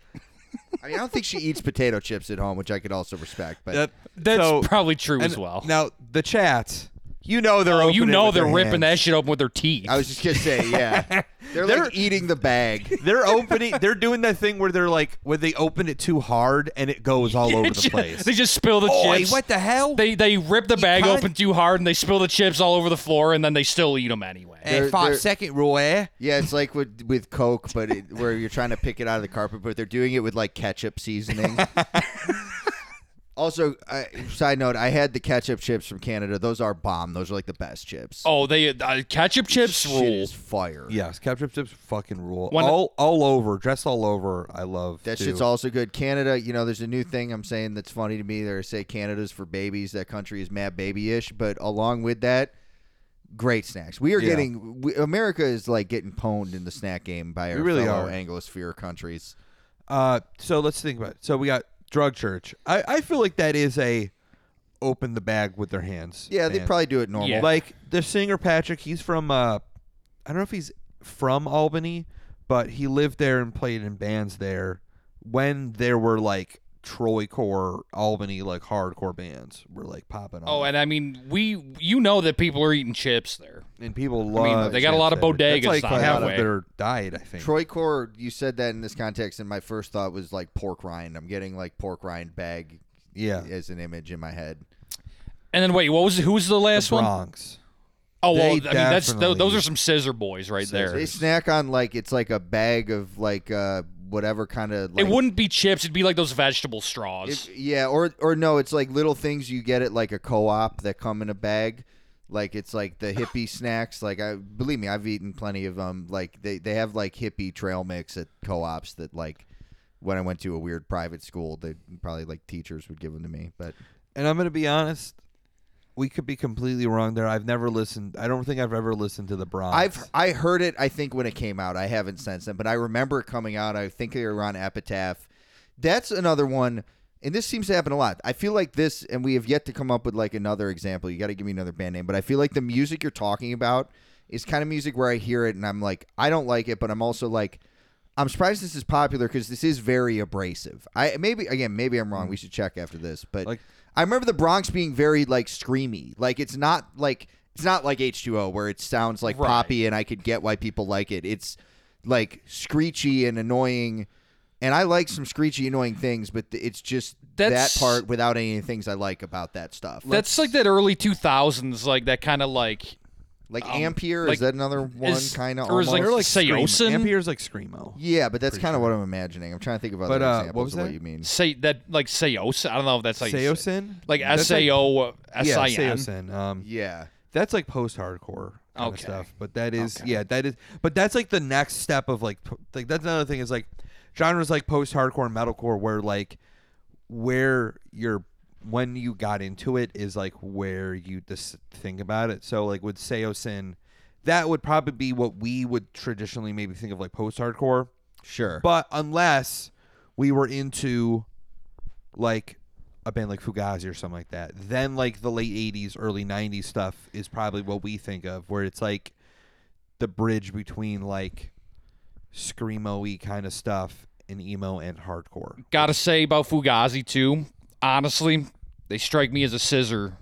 D: I mean, I don't think she eats potato chips at home, which I could also respect. But
C: That's
E: so-
C: probably true
E: and
C: as well.
E: Now the chats, you know they're
C: Oh,
E: opening
C: you know
E: with
C: they're
E: their
C: ripping that
E: hands.
C: shit open with their teeth.
D: I was just gonna say, yeah, they're,
E: They're-
D: like eating the bag.
E: They're opening. They're doing that thing where they're like, where they open it too hard and it goes all over the place.
C: they just spill the
E: Oi,
C: chips.
E: what the hell?
C: They they rip the bag
E: can't-
C: open too hard and they spill the chips all over the floor and then they still eat them anyway.
E: Eh,
D: they're-
E: five
D: they're-
E: second rule, eh?
D: Yeah, it's like with with Coke, but it, where you're trying to pick it out of the carpet, but they're doing it with like ketchup seasoning. also, I, side note: I had the ketchup chips from Canada. Those are bomb. Those are like the best chips.
C: Oh, they uh, ketchup chips
D: Shit
C: rule.
D: is fire.
E: Yes, capture chips fucking rule.
C: One-
E: all all over, dress all over. I love
D: That
E: too.
D: shit's also good. Canada, you know, there's a new thing I'm saying that's funny to me. They say Canada's for babies. That country is mad babyish, but along with that, great snacks. We are
E: Yeah.
D: getting we, America is like getting pwned in the snack game by our
E: really
D: fellow
E: are.
D: Anglosphere countries.
E: Uh, so let's think about it. So we got drug church. I, I feel like that is a open the bag with their hands.
D: Yeah, they
E: band.
D: probably do it normal.
C: Yeah.
E: like the singer Patrick. He's from uh, I don't know if he's from Albany, but he lived there and played in bands there when there were like Troy core Albany like hardcore bands were like popping.
C: Oh,
E: off.
C: and I mean, we you know that people are eating chips there.
E: and people love.
C: they got a lot of
E: chips there.
C: bodegas
E: That's
C: down
E: like
C: that
E: half of
C: way.
E: their diet, I think.
D: Troy Core, you said that in this context, and my first thought was like pork rind. I'm getting like pork rind bag
E: yeah,
D: as an image in my head.
C: And then wait, what was who was the last one?
E: Bronx.
C: Oh, well, I
E: They
C: mean that's tho- those
E: definitely-
C: are some scissor boys right there.
D: They snack on like it's like a bag of like uh whatever kind of like
C: it wouldn't be chips; it'd be like those vegetable straws.
D: If- yeah, or or no, it's like little things you get at like a co-op that come in a bag. Like it's like the hippie snacks. Like I believe me, I've eaten plenty of them. Like they they have like hippie trail mix at co-ops that like when I went to a weird private school, they probably like teachers would give them to me. But
E: And I'm going to be honest, we could be completely wrong there. I've never listened. I don't think I've ever listened to the Bronx.
D: I've I heard it. I think when it came out, I haven't since then. But I remember it coming out. I think they were on Epitaph. That's another one, and this seems to happen a lot. I feel like this, and we have yet to come up with like another example. You got to give me another band name, but I feel like the music you're talking about is kind of music where I hear it and I'm like, I don't like it, but I'm also like. I'm surprised this is popular because this is very abrasive. I maybe again, maybe I'm wrong. We should check after this, but
E: Like-
D: I remember the Bronx being very like screamy. Like it's not like it's not like H2O where it sounds like
C: Right.
D: poppy and I could get why people like it. It's like screechy and annoying. And I like some screechy annoying things, but th- it's just
C: That's-
D: that part without any of the things I like about that stuff.
C: that's like that early two thousands, like that kind of like
D: like
C: um,
D: Ampere
C: like,
D: is that another one
C: is-
D: kind of
C: or is,
D: almost?
C: like,
E: They're like
C: Seosin?
E: Screamo. Ampere's like screamo.
D: yeah, but that's kind of what I'm imagining. I'm trying to think of other
E: But, uh, what
D: examples
E: was
D: of what
E: that?
D: you mean.
C: say that like sayos. I don't know if that's like
E: Seosin?
C: like
E: That's
C: S A O uh, S
E: Yeah,
C: I N.
E: Seosin. Um,
D: Yeah.
E: that's like post-hardcore kind
C: Okay.
E: of stuff. But that is, yeah, that is. But that's like the next step of like, po- like that's another thing is like genres like post-hardcore and metalcore, where like where you're when you got into it is like where you just think about it. So like with Seosin, that would probably be what we would traditionally maybe think of like post-hardcore.
D: Sure.
E: But unless we were into like a band like Fugazi or something like that, then like the late '80s, early '90s stuff is probably what we think of, where it's like the bridge between like screamo-y kind of stuff and emo and hardcore.
C: Gotta say about Fugazi too. Honestly, they strike me as a scissor.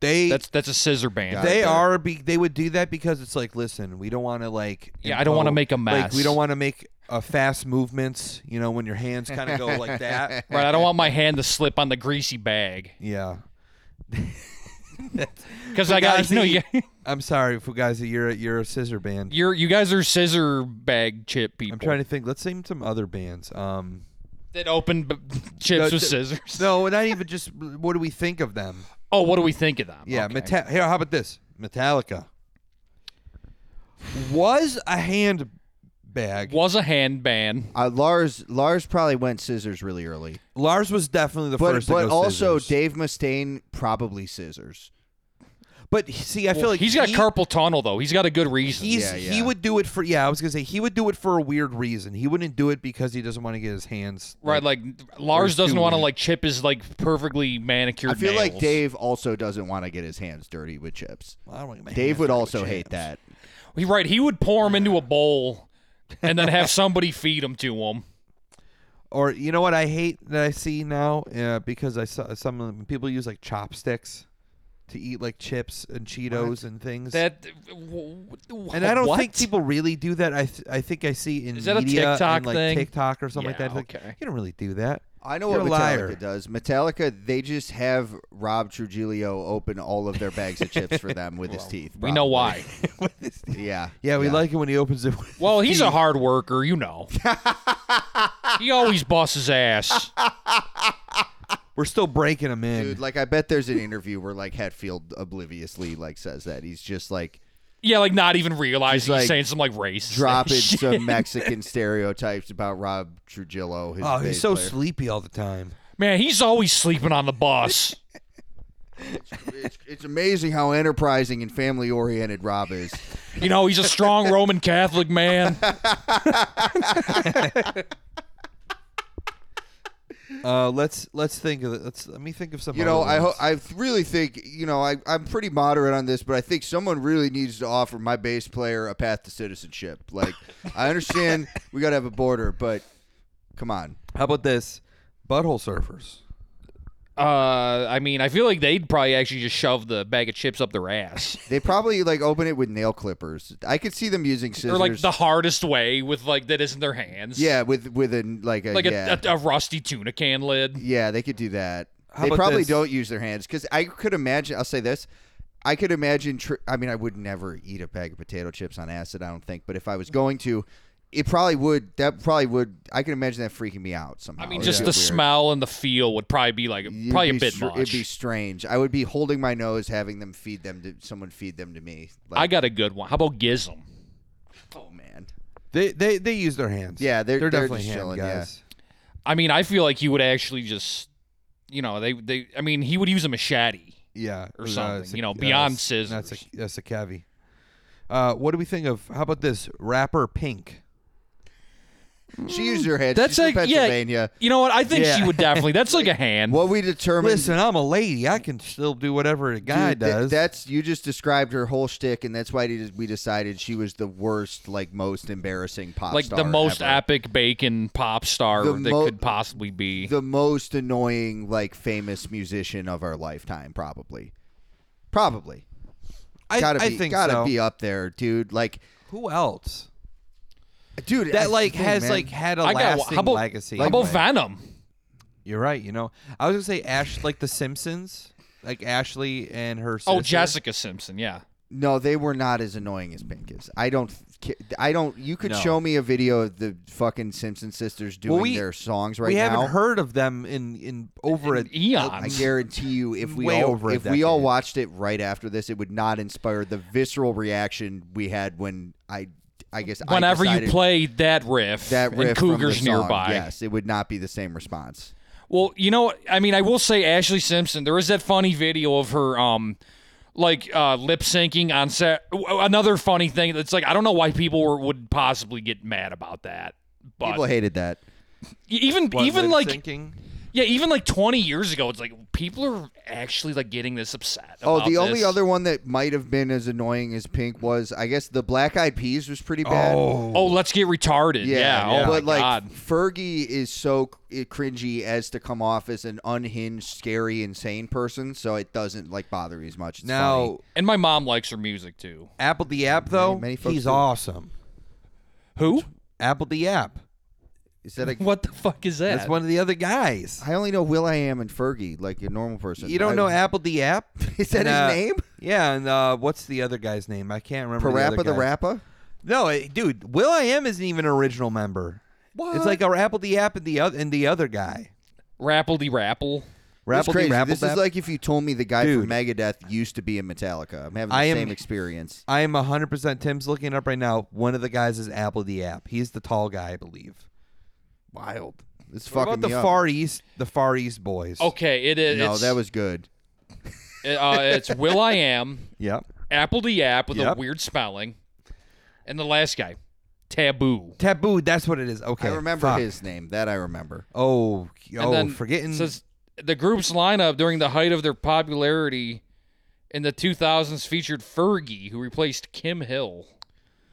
E: They
C: That's that's a scissor band.
D: Got it.
E: they
D: there.
E: are be, they would do that because it's like, listen, we don't want to like
C: Yeah, I don't wanna
E: impose-
C: make a
E: Like, we
C: mess.
E: don't want to make uh, fast movements. You know, when your hands kind of go like that.
C: Right, I don't want my hand to slip on the greasy bag
E: Yeah.
C: because I got you know you,
E: I'm sorry, Fugazi. You're a, you're a scissor band.
C: you're you guys are scissor bag chip people.
E: I'm trying to think. Let's name some other bands. Um,
C: that open b- chips
E: No,
C: with
E: d-
C: scissors.
E: no, not even just. What do we think of them?
C: Oh, what do we think of them?
E: Yeah,
C: Okay.
E: Meta- here. How about this? Metallica was a handbag.
C: was a hand ban.
D: Uh, Lars Lars probably went scissors really early.
E: Lars was definitely the
D: But
E: first. to
D: but
E: go
D: also
E: scissors.
D: Dave Mustaine probably scissors.
E: But see, I feel like
C: he's got
E: he,
C: carpal tunnel though. He's got a good reason.
E: He's,
D: Yeah, yeah.
E: He would do it for. Yeah, I was gonna say he would do it for a weird reason. He wouldn't do it because he doesn't want to get his hands
C: right, like Lars
E: too
C: doesn't want to
E: weak.
C: like chip his like perfectly manicured.
D: I feel like
C: nails.
D: Dave also doesn't want to get his hands dirty with chips.
E: I don't wanna get my
D: Dave
E: hands
D: would
E: dirty with
D: also hate that.
E: jams.
C: He, right, he would pour them into a bowl, and then have somebody feed them to him.
E: Or you know what I hate that I see now uh, because I saw some of them, people use like chopsticks to eat like chips and Cheetos and things.
C: That w- w-
E: and I don't
C: what?
E: think people really do that. I th- I think I see in
C: Is that a
E: media
C: TikTok
E: and like
C: thing?
E: TikTok or
C: Yeah,
E: something like that. It's like,
C: okay.
E: you don't really do that.
D: I know
E: You're
D: what Metallica
E: a liar.
D: does. Metallica, they just have Rob Trujillo open all of their bags of chips for them with his teeth.
C: we know
D: probably.
C: why.
D: Yeah.
E: Yeah, we like it when he opens it.
C: Well, he's a hard worker, you know. he always busts his ass.
E: We're still breaking him in.
D: Dude, like I bet there's an interview where like Hetfield obliviously like says that. He's just like
C: Yeah, like not even realizing he's,
D: like,
C: saying some like racist
D: dropping
C: shit.
D: some Mexican stereotypes about Rob Trujillo. His
E: oh, he's
D: bass
E: so
D: player.
E: sleepy all the time.
C: Man, he's always sleeping on the bus.
D: It's, it's amazing how enterprising and family oriented Rob is.
C: You know, he's a strong Roman Catholic man.
E: Uh, let's let's think. Of, let's let me think of some.
D: You know,
E: other
D: I ho-
E: ones.
D: I really think you know I I'm pretty moderate on this, but I think someone really needs to offer my bass player a path to citizenship. Like I understand we got to have a border, but come on.
E: How about this? Butthole surfers.
C: Uh, I mean, I feel like they'd probably actually just shove the bag of chips up their ass.
D: They probably like open it with nail clippers. I could see them using scissors.
C: or like the hardest way with like that isn't their hands.
D: yeah, with with a like a
C: like
D: yeah.
C: a, a, a rusty tuna can lid.
D: Yeah, they could do that.
E: How
D: they
E: about
D: probably
E: this?
D: don't use their hands because I could imagine. I'll say this: I could imagine. Tr- I mean, I would never eat a bag of potato chips on acid. I don't think, but if I was going to, it probably would. That probably would. I can imagine that freaking me out somehow.
C: I mean,
D: It'd
C: just the
D: feel Oh, weird.
C: smell and the feel would probably be like
D: It'd
C: probably
D: be
C: a bit
D: str-
C: much.
D: It'd be strange. I would be holding my nose, having them feed them to someone feed them to me. Like,
C: I got a good one. How about Gizm?
D: oh man,
E: They they they use their hands.
D: Yeah, they're- they're
E: definitely
D: just
E: hand
D: chilling, yeah.
E: guys.
C: I mean, I feel like he would actually just, you know, they they. I mean, he would use a machete.
E: Yeah,
C: Or
E: uh,
C: something,
E: it's a-
C: you know,
E: uh,
C: beyond
E: that's- That's
C: scissors.
E: a that's a cavi. Uh, what do we think of? How about this rapper Pink?
D: she used her hands.
C: That's
D: She's from
C: like- yeah.
D: Pennsylvania.
C: You know what? I think she
E: Yeah.
C: would definitely. That's like a hand.
D: What we determined.
E: Listen, I'm a lady. I can still do whatever a guy
D: Dude, tha-
E: does.
D: that's you just described her whole shtick, and that's why it- we decided she was the worst, like most embarrassing pop
C: like
D: star.
C: the most
D: ever.
C: epic bacon pop star
D: The
C: that
D: mo-
C: could possibly be.
D: the most annoying, like famous musician of our lifetime, probably, probably.
E: I,
D: gotta
E: I
D: be,
E: think
D: gotta
E: so.
D: be up there, dude. Like,
E: Who else
D: dude,
E: that
D: that's
E: like
D: the thing,
E: has
D: man.
E: like had a
C: I got one.
E: lasting
C: How about
E: legacy?
C: How about
E: Like,
C: Venom?
E: You're right. You know, I was gonna say Ash, like the Simpsons, like Ashley and her. Sister.
C: Oh, Jessica Simpson. Yeah.
D: No, they were not as annoying as Pink is. I don't. ki- I don't. You could
E: No.
D: show me a video of the fucking Simpson sisters doing
E: we-
D: their songs right
E: We
D: now.
E: haven't heard of them in in over a
D: I
C: Eons.
D: guarantee you, if we
E: Way
D: all
E: over a
D: if we all
E: decade.
D: watched it right after this, it would not inspire the visceral reaction we had when I, I guess I
C: Whenever you
D: decided
C: play that riff,
D: that riff
C: and
D: from the
C: Cougars
D: song,
C: nearby.
D: yes, it would not be the same response.
C: Well, you know, what? I mean, I will say Ashley Simpson. There is that funny video of her, um, like uh, lip syncing on set. Another funny thing that's like I don't know why people were, would possibly get mad about that, but e,
D: People hated that.
C: even
E: What,
C: even
E: lip
C: like
E: syncing?
C: yeah, even like twenty years ago, it's like people are actually like getting this upset.
D: Oh,
C: about
D: the only
C: this.
D: other one that might have been as annoying as Pink was, I guess, the Black Eyed Peas was pretty bad.
E: Oh,
C: Oh, let's get retarded. Yeah. Oh
D: but
C: my
D: like
C: god.
D: Fergie is so c- cringy as to come off as an unhinged, scary, insane person, so it doesn't like bother me as much. It's
E: now
D: funny.
C: And my mom likes her music too.
E: Apple the app though.
D: many folks
E: he's
D: do.
E: awesome.
C: Who?
E: Apple the app.
D: is that a
C: What the fuck is that?
E: That's one of the other guys.
D: I only know Will I Am and Fergie, like a normal person.
E: You don't
D: I-
E: know Apple the app?
D: Is that
E: And,
D: his
E: uh,
D: name?
E: Yeah, and uh, what's the other guy's name? I can't remember. the,
D: Parappa
E: other
D: the
E: guy.
D: Rappa?
E: No, it, dude, Will I Am isn't even an original member. It's like our Apple the app and the other and the other guy.
C: Rappledy Rapple.
D: That's
E: Rapple
D: crazy.
E: the Rapple
D: This is
E: Dap-
D: like if you told me the guy
E: Dude.
D: from Megadeth used to be in Metallica. I'm having the
E: I am-
D: same experience.
E: I am 100% Tim's looking up right now. One of the guys is Apple the app. He's the tall guy, I believe.
D: Wild. It's
E: What
D: fucking
E: about the
D: me up.
E: Far East, the Far East boys.
C: Okay, it is.
D: No,
C: it's-
D: that was good.
C: uh, it's Will I Am,
E: Yep.
C: Apple the App with
E: Yep.
C: a weird spelling, and the last guy, Taboo.
E: Taboo, that's what it is. Okay.
D: I remember
E: fuck.
D: his name. That I remember.
E: Oh,
C: and
E: oh,
C: then
E: forgetting
C: it says the group's lineup during the height of their popularity in the 2000s featured Fergie, who replaced Kim Hill.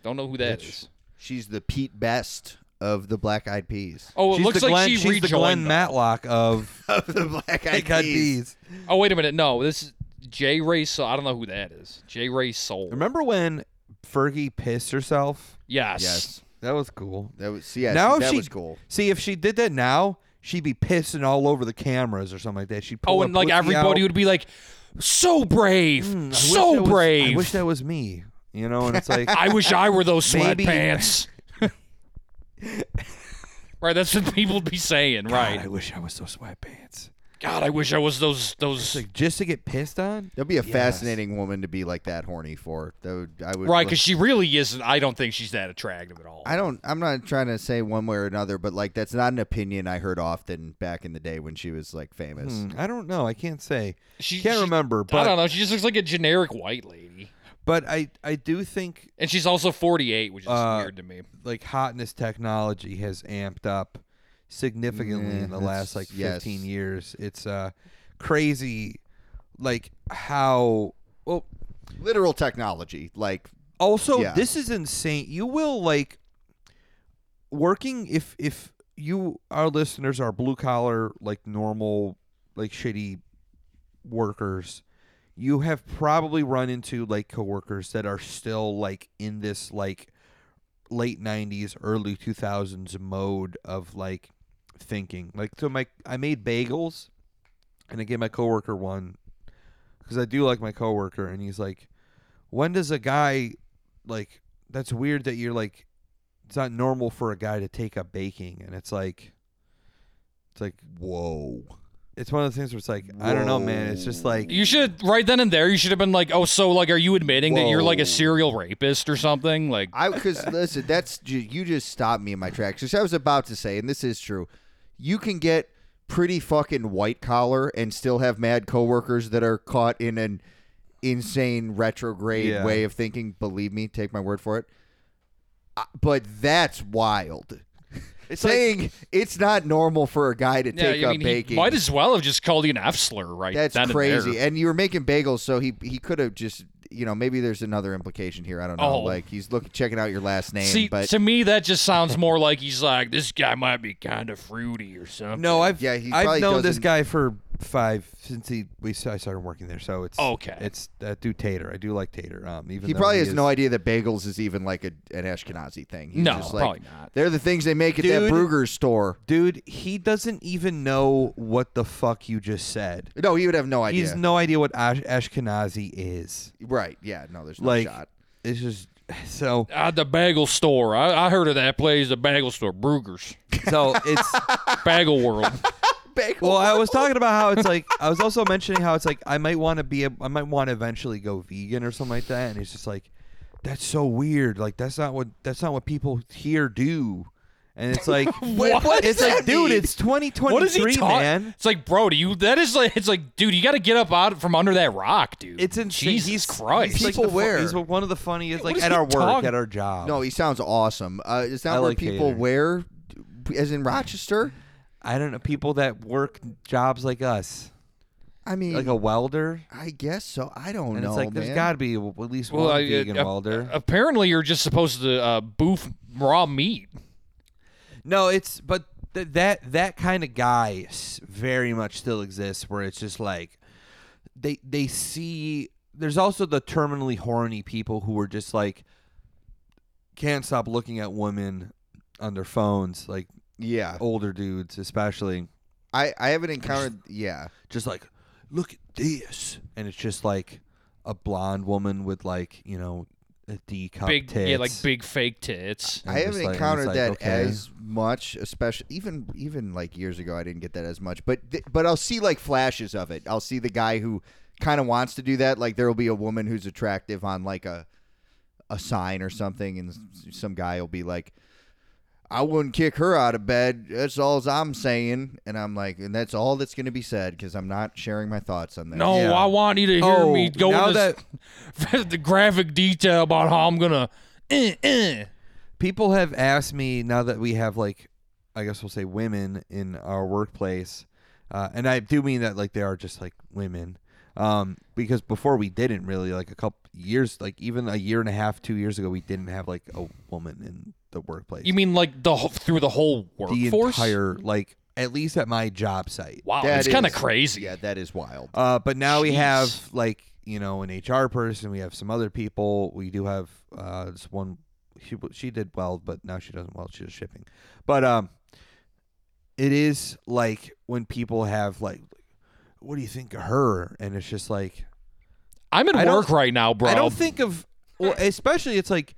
C: Don't know who that is.
D: She's the Pete Best of the Black Eyed Peas.
C: Oh, it
E: she's
C: looks
E: the
C: like
E: Glenn,
C: she
E: she's
C: rejoined.
E: the Glenn
C: them.
E: Matlock of
D: Of the Black
E: Hey, Cut Bees.
C: Oh, wait a minute. No, this is J Ray Soul. I don't know who that is. J Ray Soul.
E: Remember when Fergie pissed herself?
C: Yes.
D: Yes.
E: That was cool.
D: That was yeah.
E: now
D: see,
E: if
D: that
E: she
D: was cool.
E: See, if she did that now, she'd be pissing all over the cameras or something like that. She'd pull
C: Oh,
E: her
C: and like
E: pussy
C: everybody
E: out. Hmm,
C: would be like, so brave,
E: I wish
C: so
E: that was-
C: brave.
E: I wish that was me. You know, and it's like
C: I wish I were those
E: Maybe-
C: sweatpants. right, that's what people would be saying,
E: God, I
C: right?
E: wish I was those sweatpants.
C: God, God, I wish I was those those
E: Like just to get pissed on?
D: That'd be a fascinating woman to be like that horny for. That would I would
C: right because she really isn't. I don't think she's that attractive at all.
D: I don't. I'm not trying to say one way or another, but like that's not an opinion I heard often back in the day when she was like famous.
E: Mm, I don't know. I can't say.
C: She-
E: can't
C: she-
E: remember.
C: I
E: But
C: don't know. She just looks like a generic white lady,
E: but I I do think
C: and she's also 48, which is
E: Uh,
C: weird to me.
E: like hotness technology has amped up significantly
D: Yeah,
E: in the last
D: that's-
E: like
D: yes.
E: 15 years. It's uh crazy like how well
D: Literal technology, like
E: also
D: Yeah.
E: this is insane. You will like working if if you our listeners are blue collar like normal like shitty workers you have probably run into like coworkers that are still like in this like late 90s early 2000s mode of like thinking like so my i made bagels and i gave my coworker one because i do like my coworker and he's like when does a guy like that's weird that you're like it's not normal for a guy to take up baking and it's like it's like
D: whoa.
E: it's one of the things where it's like i don't know man it's just like
C: You should right then and there. You should have been like, "Oh, so like, are you admitting that you're like a serial rapist or something?" Like,
D: I because listen, that's ju- you just stopped me in my tracks. Because I was about to say, and this is true, you can get pretty fucking white collar and still have mad coworkers that are caught in an insane retrograde
E: Yeah.
D: way of thinking. Believe me, take my word for it. Uh, But that's wild. Saying it's not normal for a guy to
C: yeah,
D: take
C: I
D: up
C: mean, he
D: baking.
C: might as well have just called you an F slur right
D: that's
C: then And
D: crazy.
C: there.
D: And you were making bagels, so he he could have just you know maybe there's another implication here. I don't know.
C: Oh.
D: Like he's looking checking out your last name.
C: See,
D: but
C: to me, that just sounds more like he's like, "This guy might be kind of fruity or something."
E: No, I've
D: Yeah, he
E: I've
D: probably
E: known this
D: doesn't-
E: guy for five since he we s- I started working there. So it's
C: Okay.
E: It's that dude Tater. I do like Tater. Um, even
D: He
E: though
D: probably
E: he
D: has
E: is,
D: no idea that bagels is even like a, an Ashkenazi thing. He's
C: No,
D: just like,
C: probably not.
D: They're the things they make at that
E: Dude.
D: Brugger's store.
E: Dude, he doesn't even know what the fuck you just said.
D: No, he would have no
E: He
D: idea.
E: has no idea what Ash- Ashkenazi is.
D: right? Yeah. No, there's no
E: like
D: shot.
E: it's just so
C: Uh, the bagel store. I, I heard of that place, the bagel store, Brugger's,
E: so it's
C: Bagel World.
D: Bagel.
E: well. I was talking about how it's like I was also mentioning how it's like I might want to be a, I might want to eventually go vegan or something like that. And he's just like, that's so weird. Like that's not what that's not what people here do. And it's like
C: What
E: It's
C: does
E: like,
C: that
E: dude,
C: mean?
E: it's 2023,
C: What is he talking?
E: man.
C: It's like, bro, do you? That is like, it's like, dude, you got to get up out from under that rock, dude.
E: It's insane.
C: Jesus
E: he's,
C: Christ.
E: He's like
D: People
E: the fu-
D: wear-
E: He's one of the funniest,
C: What
E: like
C: is
E: at
C: he
E: our work,
C: talking-
E: at our job.
D: no, he sounds awesome. Uh, is that
E: I
D: where
E: like
D: people
E: Hader.
D: wear, as in Rochester?
E: I don't know people that work jobs like us,
D: I mean,
E: like a welder.
D: I guess so. I don't
E: And
D: know,
E: it's like
D: man.
E: there's got to be at least
C: Well,
E: one
C: I-
E: vegan
C: uh,
E: welder.
C: Apparently, you're just supposed to uh, boof raw meat.
E: No, it's but th- that that kind of guy s- very much still exists where it's just like they they see there's also the terminally horny people who are just like can't stop looking at women on their phones like
D: yeah,
E: older dudes especially
D: I, I haven't encountered. Yeah,
E: just like look at this and it's just like a blonde woman with like you know a D cup
C: big,
E: tits
C: yeah, like big fake tits.
E: and
D: I
E: just
D: haven't
E: like- and it's
D: encountered
E: like,
D: that
E: okay.
D: as much, especially even even like years ago. I didn't get that as much, but th- but I'll see like flashes of it. I'll see the guy who kind of wants to do that. Like there will be a woman who's attractive on like a a sign or something, and s- some guy will be like, "I wouldn't kick her out of bed." That's all I'm saying, and I'm like, and that's all that's going to be said because I'm not sharing my thoughts on that.
C: No,
E: Yeah.
C: I want you to hear
E: Oh,
C: me go
E: now
C: into s- the graphic detail about how I'm gonna. Uh, uh.
E: people have asked me now that we have like i guess we'll say women in our workplace uh, and i do mean that like they are just like women um, because before we didn't really like a couple years like even a year and a half two years ago we didn't have like a woman in the workplace
C: You mean like the whole- through the whole
E: the
C: workforce?
E: entire like at least at my job site
C: wow,
D: That
C: it's kind of
D: is-
C: crazy.
D: Yeah, that is wild.
E: Uh, but now we
C: Jeez.
E: have like you know an HR person. We have some other people. We do have uh, this one. She she did weld, but now she doesn't weld. She does shipping. But um, it is like when people have like, what do you think of her? And it's just like
C: I'm at
E: I don't-
C: work right now, bro.
E: I don't think of. Well,
C: eh.
E: especially it's like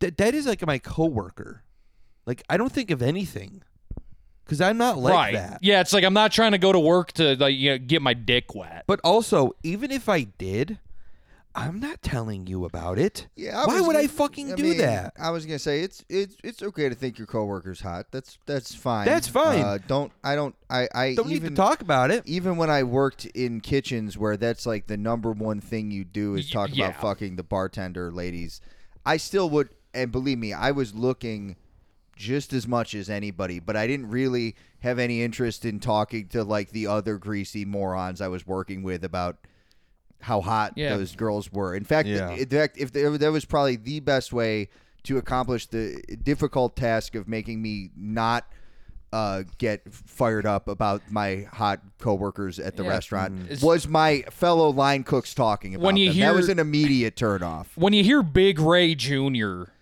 E: that. That is like my coworker. Like I don't think of anything. because I'm not like
C: right.
E: that.
C: Yeah, it's like I'm not trying to go to work to like you know, get my dick wet.
E: But also, even if I did, I'm not telling you about it.
D: Yeah. I
E: Why
D: was
E: would I
D: gonna-
E: fucking do
D: mean,
E: that?
D: I was gonna say it's it's it's okay to think your coworker's hot. That's that's fine.
E: That's fine.
D: Uh, don't I don't I I
E: Don't
D: even,
E: need to talk about it.
D: Even when I worked in kitchens, where that's like the number one thing you do is
C: Y-
D: talk
C: yeah.
D: about fucking the bartender ladies. I still would, and believe me, I was looking just as much as anybody, but I didn't really have any interest in talking to like the other greasy morons I was working with about how hot
C: Yeah.
D: those girls were. In fact,
E: Yeah.
D: in fact, if there, that was probably the best way to accomplish the difficult task of making me not uh, get fired up about my hot coworkers at the
C: Yeah. Mm-hmm.
D: restaurant
C: It's-
D: was my fellow line cooks talking about
C: When you
D: them. that was
C: hear-
D: an immediate turnoff.
C: When you hear Big Ray Jr.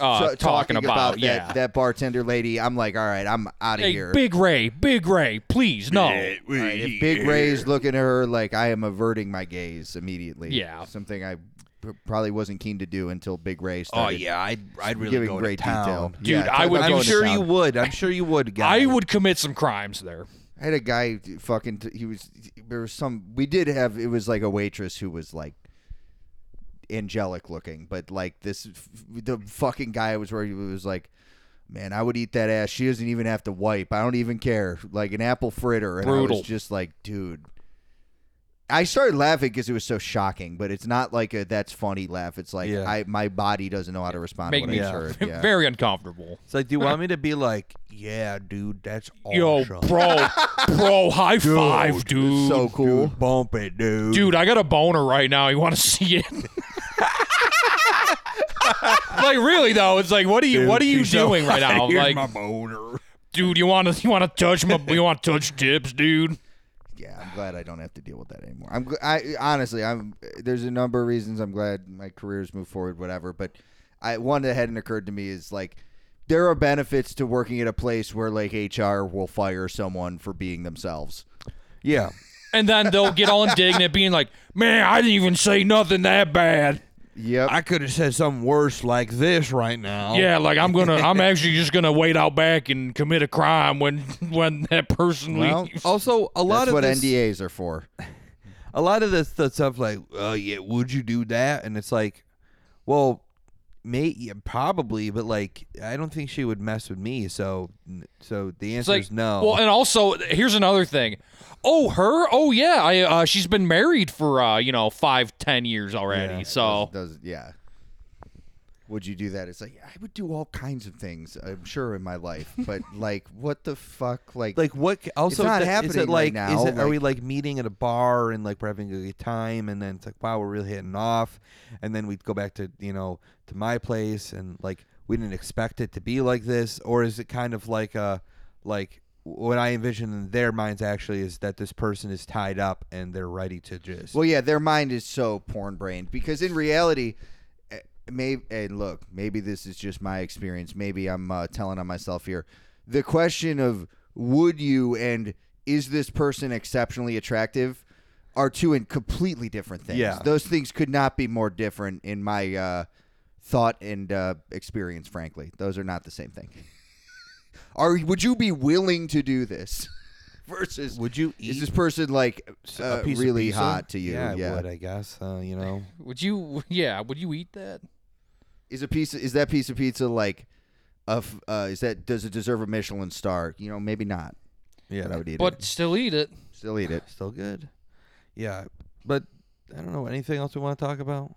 C: Uh,
D: So-
C: talking, about,
D: that,
C: yeah,
D: that bartender lady, I'm like, all right, I'm out of
C: hey,
D: here.
C: Big Ray, Big Ray, please no.
D: All right, if Big Ray's looking at her like I am averting my gaze immediately.
C: Yeah.
D: something I p- probably wasn't keen to do until Big Ray
E: Oh
D: started.
E: yeah, I'd I'd really
D: giving
E: go
D: great
E: to town.
D: detail.
C: Dude, I
D: talk
C: would-
D: about
C: I'm
D: going
E: I'm
D: to
E: sure
D: town.
E: you would. I'm sure you would, guys.
C: I would commit some crimes there.
D: I had a guy d- fucking. T- he was there was some. We did have it was like a waitress who was like angelic looking, but like this f- the fucking guy I was where he was like. Man, I would eat that ass. She doesn't even have to wipe. I don't even care. Like an apple fritter, and I
C: Brutal.
D: was just like, dude. I started laughing because it was so shocking, but it's not like a that's funny laugh. It's like
E: Yeah.
D: I my body doesn't know how to respond
C: Make
D: to what
C: me
D: I heard. Yeah.
C: very uncomfortable.
E: It's like, do you want me to be like, yeah, dude, that's
C: Yo,
E: awesome.
C: bro, bro, high five, dude.
D: so cool.
E: Dude, bump it, dude.
C: Dude, I got a boner right now. You want to see it? like really though, it's like what are you what are you
E: he's so
C: doing right now?
E: Here's
C: Like,
E: my boner.
C: dude, you want to you want to touch my you want to touch tips, dude?
D: yeah, I'm glad I don't have to deal with that anymore. I'm gl- I honestly, I'm there's a number of reasons I'm glad my career's moved forward, whatever. But I one that hadn't occurred to me is like there are benefits to working at a place where like HR will fire someone for being themselves.
E: Yeah.
C: And then they'll get all indignant, being like, "Man, I didn't even say nothing that bad."
D: Yep.
E: I could have said something worse like this right now.
C: Yeah, like I'm gonna, I'm actually just gonna wait out back and commit a crime when when that person
D: Well,
C: leaves.
E: Also, a lot
D: That's
E: of
D: what
E: this,
D: NDAs are for.
E: a lot of this the stuff like, oh yeah, would you do that? And it's like, well, may yeah, probably, but like, I don't think she would mess with me. So, so the
C: It's
E: answer
C: like
E: is no.
C: Well, and also here's another thing. Oh, her? Oh yeah, I uh, she's been married for uh, you know five, ten years already.
E: Yeah,
C: so
D: Does, does- yeah. Would you do that? It's like I would do all kinds of things, I'm sure, in my life. But like, what the fuck? Like,
E: like what? Also,
D: not
E: is it
D: happening right
E: like,
D: now,
E: Is it, are
D: like-
E: we like meeting at a bar and like we're having a good time, and then it's like, wow, we're really hitting off, and then we'd go back to you know to my place, and like we didn't expect it to be like this, or is it kind of like a like what I envision in their minds actually is that this person is tied up and they're ready to just
D: Well, yeah, their mind is so porn brained because in reality, maybe and look, maybe this is just my experience. Maybe I'm uh, telling on myself here. The question of would you and is this person exceptionally attractive are two in completely different things.
E: Yeah.
D: those things could not be more different in my uh, thought and uh, experience. Frankly, those are not the same thing. Are would you be willing to do this? Versus,
E: would you eat
D: is this person like
E: a
D: uh,
E: piece of
D: really
E: pizza?
D: hot to you?
E: Yeah, I would, I guess. Uh, you know,
C: would you? Yeah, would you eat that?
D: is a piece is that piece of pizza like of uh, is that does it deserve a Michelin star? You know, maybe not.
E: yeah,
D: But I would eat
C: But
D: it.
C: still eat it.
D: Still eat it.
E: still good. Yeah, but I don't know anything else we want to talk about.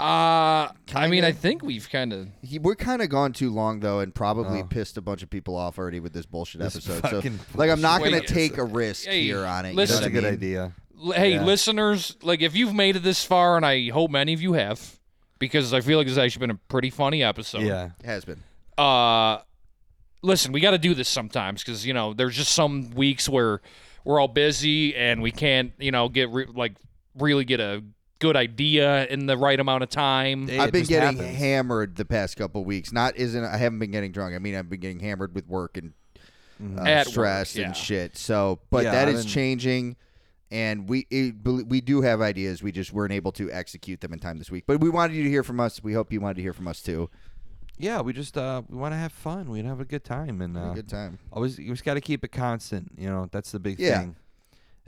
C: Uh, I mean, I think we've kind of.
D: He, we're kind of gone too long though, and probably
E: Oh.
D: pissed a bunch of people off already with this bullshit
E: This
D: episode. So,
E: fucking
D: like, I'm not
C: bullshit
D: gonna
C: episode.
D: take a risk
C: Hey,
D: here on it.
C: listen-
E: That's
D: you
E: a
D: know what I
E: good
D: mean?
E: idea.
C: Hey,
E: Yeah.
C: listeners, like if you've made it this far, and I hope many of you have, because I feel like it's actually been a pretty funny episode.
E: Yeah.
D: It has been.
C: uh listen we got to do this sometimes because you know there's just some weeks where we're all busy and we can't you know get re- like really get a good idea in the right amount of time
E: Hey, it
D: I've been
E: just
D: getting
E: happens.
D: hammered the past couple weeks. Not isn't I haven't been getting drunk. I mean, I've been getting hammered with work and uh,
C: At
D: stress
C: work, yeah.
D: and shit. So, but
E: Mm-hmm. Yeah,
D: that
E: I've
D: is
E: been-
D: changing, and we it, bel- we do have ideas. We just weren't able to execute them in time this week. But we wanted you to hear from us. We hope you wanted to hear from us too.
E: yeah, we just uh, we want to have fun. We want to have a good time, and uh,
D: Good time.
E: always you just got to keep it constant. You know, that's the big
D: Yeah.
E: thing.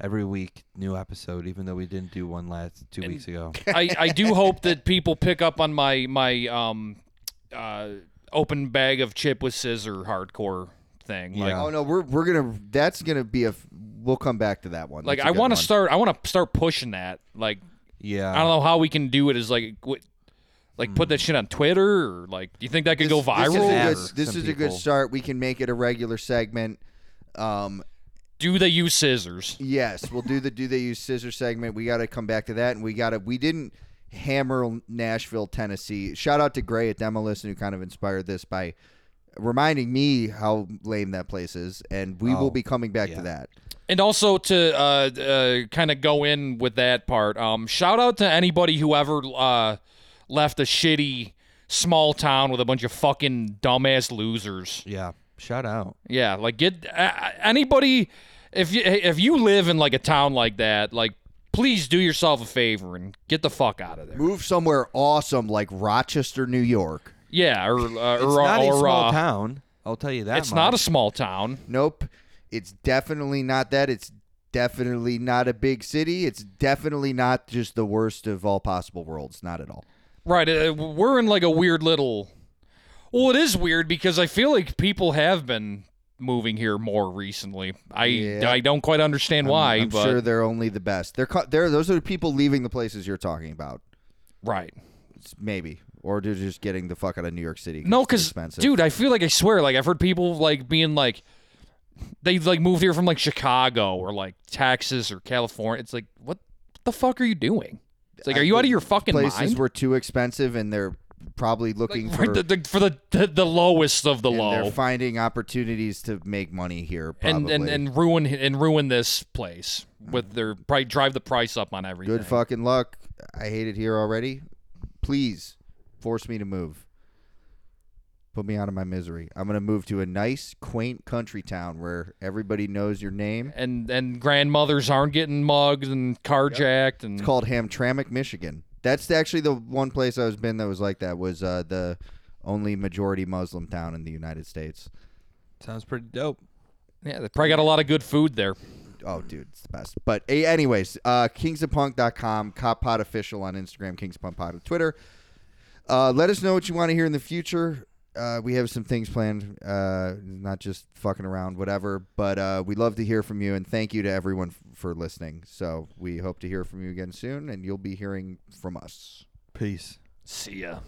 E: Every week, new episode. Even though we didn't do one last two weeks ago.
C: I, I do hope that people pick up on my my um uh open bag of chip with scissor hardcore thing. Like
E: Yeah.
D: Oh no, we're we're gonna. That's gonna be a. f- We'll come back to that one.
C: like
D: That's a
C: I
D: good
C: want to
D: one. Uh-huh.
C: start I want to start pushing that. Like
E: Yeah,
C: I don't know how we can do it as like what like put that shit on Twitter or like do you think that could go
D: Hmm. This is a
C: viral?
E: app.
D: good,
E: Or
D: this
E: some
D: is a good
E: people.
D: start. We can make it a regular segment. Um,
C: Do they use scissors?
D: Yes, we'll do the do they use scissor segment. We got to come back to that, and we got to we didn't hammer Nashville, Tennessee. Shout out to Gray at Demolisten who kind of inspired this by reminding me how lame that place is, and we
E: Oh,
D: will be coming back
E: yeah.
D: to that.
C: And also to uh, uh, kind of go in with that part, um, shout out to anybody who ever uh, left a shitty small town with a bunch of fucking dumbass losers.
E: Yeah, shout out.
C: Yeah, like get uh, anybody if you if you live in like a town like that, like please do yourself a favor and get the fuck out of there.
D: Move somewhere awesome like Rochester, New York.
C: Yeah, or uh,
E: It's
C: or,
E: not a
C: or,
E: small
C: uh,
E: town. I'll tell you that.
C: It's not a
E: much.
C: small town.
D: Nope, it's definitely not that. It's definitely not a big city. It's definitely not just the worst of all possible worlds. Not at all.
C: Right. Uh, we're in like a weird little. Well, it is weird because I feel like people have been moving here more recently. I
D: Yeah.
C: I don't quite understand why,
D: I'm, I'm
C: but
D: sure they're only the best. They're co- they're those are the people leaving the places you're talking about,
C: right.
D: It's maybe, or they're just getting the fuck out of New York City.
C: No,
D: it's too
C: because
D: expensive.
C: dude, I feel like I swear, like I've heard people like being like, they like moved here from like Chicago or like Texas or California. It's like what the fuck are you doing? It's like,
D: I-
C: are you out of
D: the
C: your fucking
D: places
C: mind?
D: were too expensive, and they're probably looking
C: Like,
D: for.
C: right, the, the, for the, the the lowest of the
D: and
C: low,
D: they're finding opportunities to make money here.
C: and,
D: Probably.
C: and and ruin and ruin this place with their probably drive the price up on everything.
D: good fucking luck. I hate it here already. Please force me to move. Put me out of my misery. I'm gonna move to a nice, quaint country town where everybody knows your name.
C: and and grandmothers aren't getting mugged and carjacked and
D: It's called Hamtramck, Michigan. That's actually the one place I was been that was like that was uh, the only majority Muslim town in the United States.
E: Sounds pretty dope.
C: yeah, they probably got a lot of good food there.
D: Oh, dude, it's the best. But a- anyways, uh, kingsofpunk.com, Cop Pod official on Instagram, Kings of Punk Pod on Twitter. Uh, let us know what you want to hear in the future. Uh, we have some things planned, uh, not just fucking around, whatever. But uh, we love to hear from you, and thank you to everyone f- for listening. So we hope to hear from you again soon, and you'll be hearing from us.
E: Peace.
C: See ya.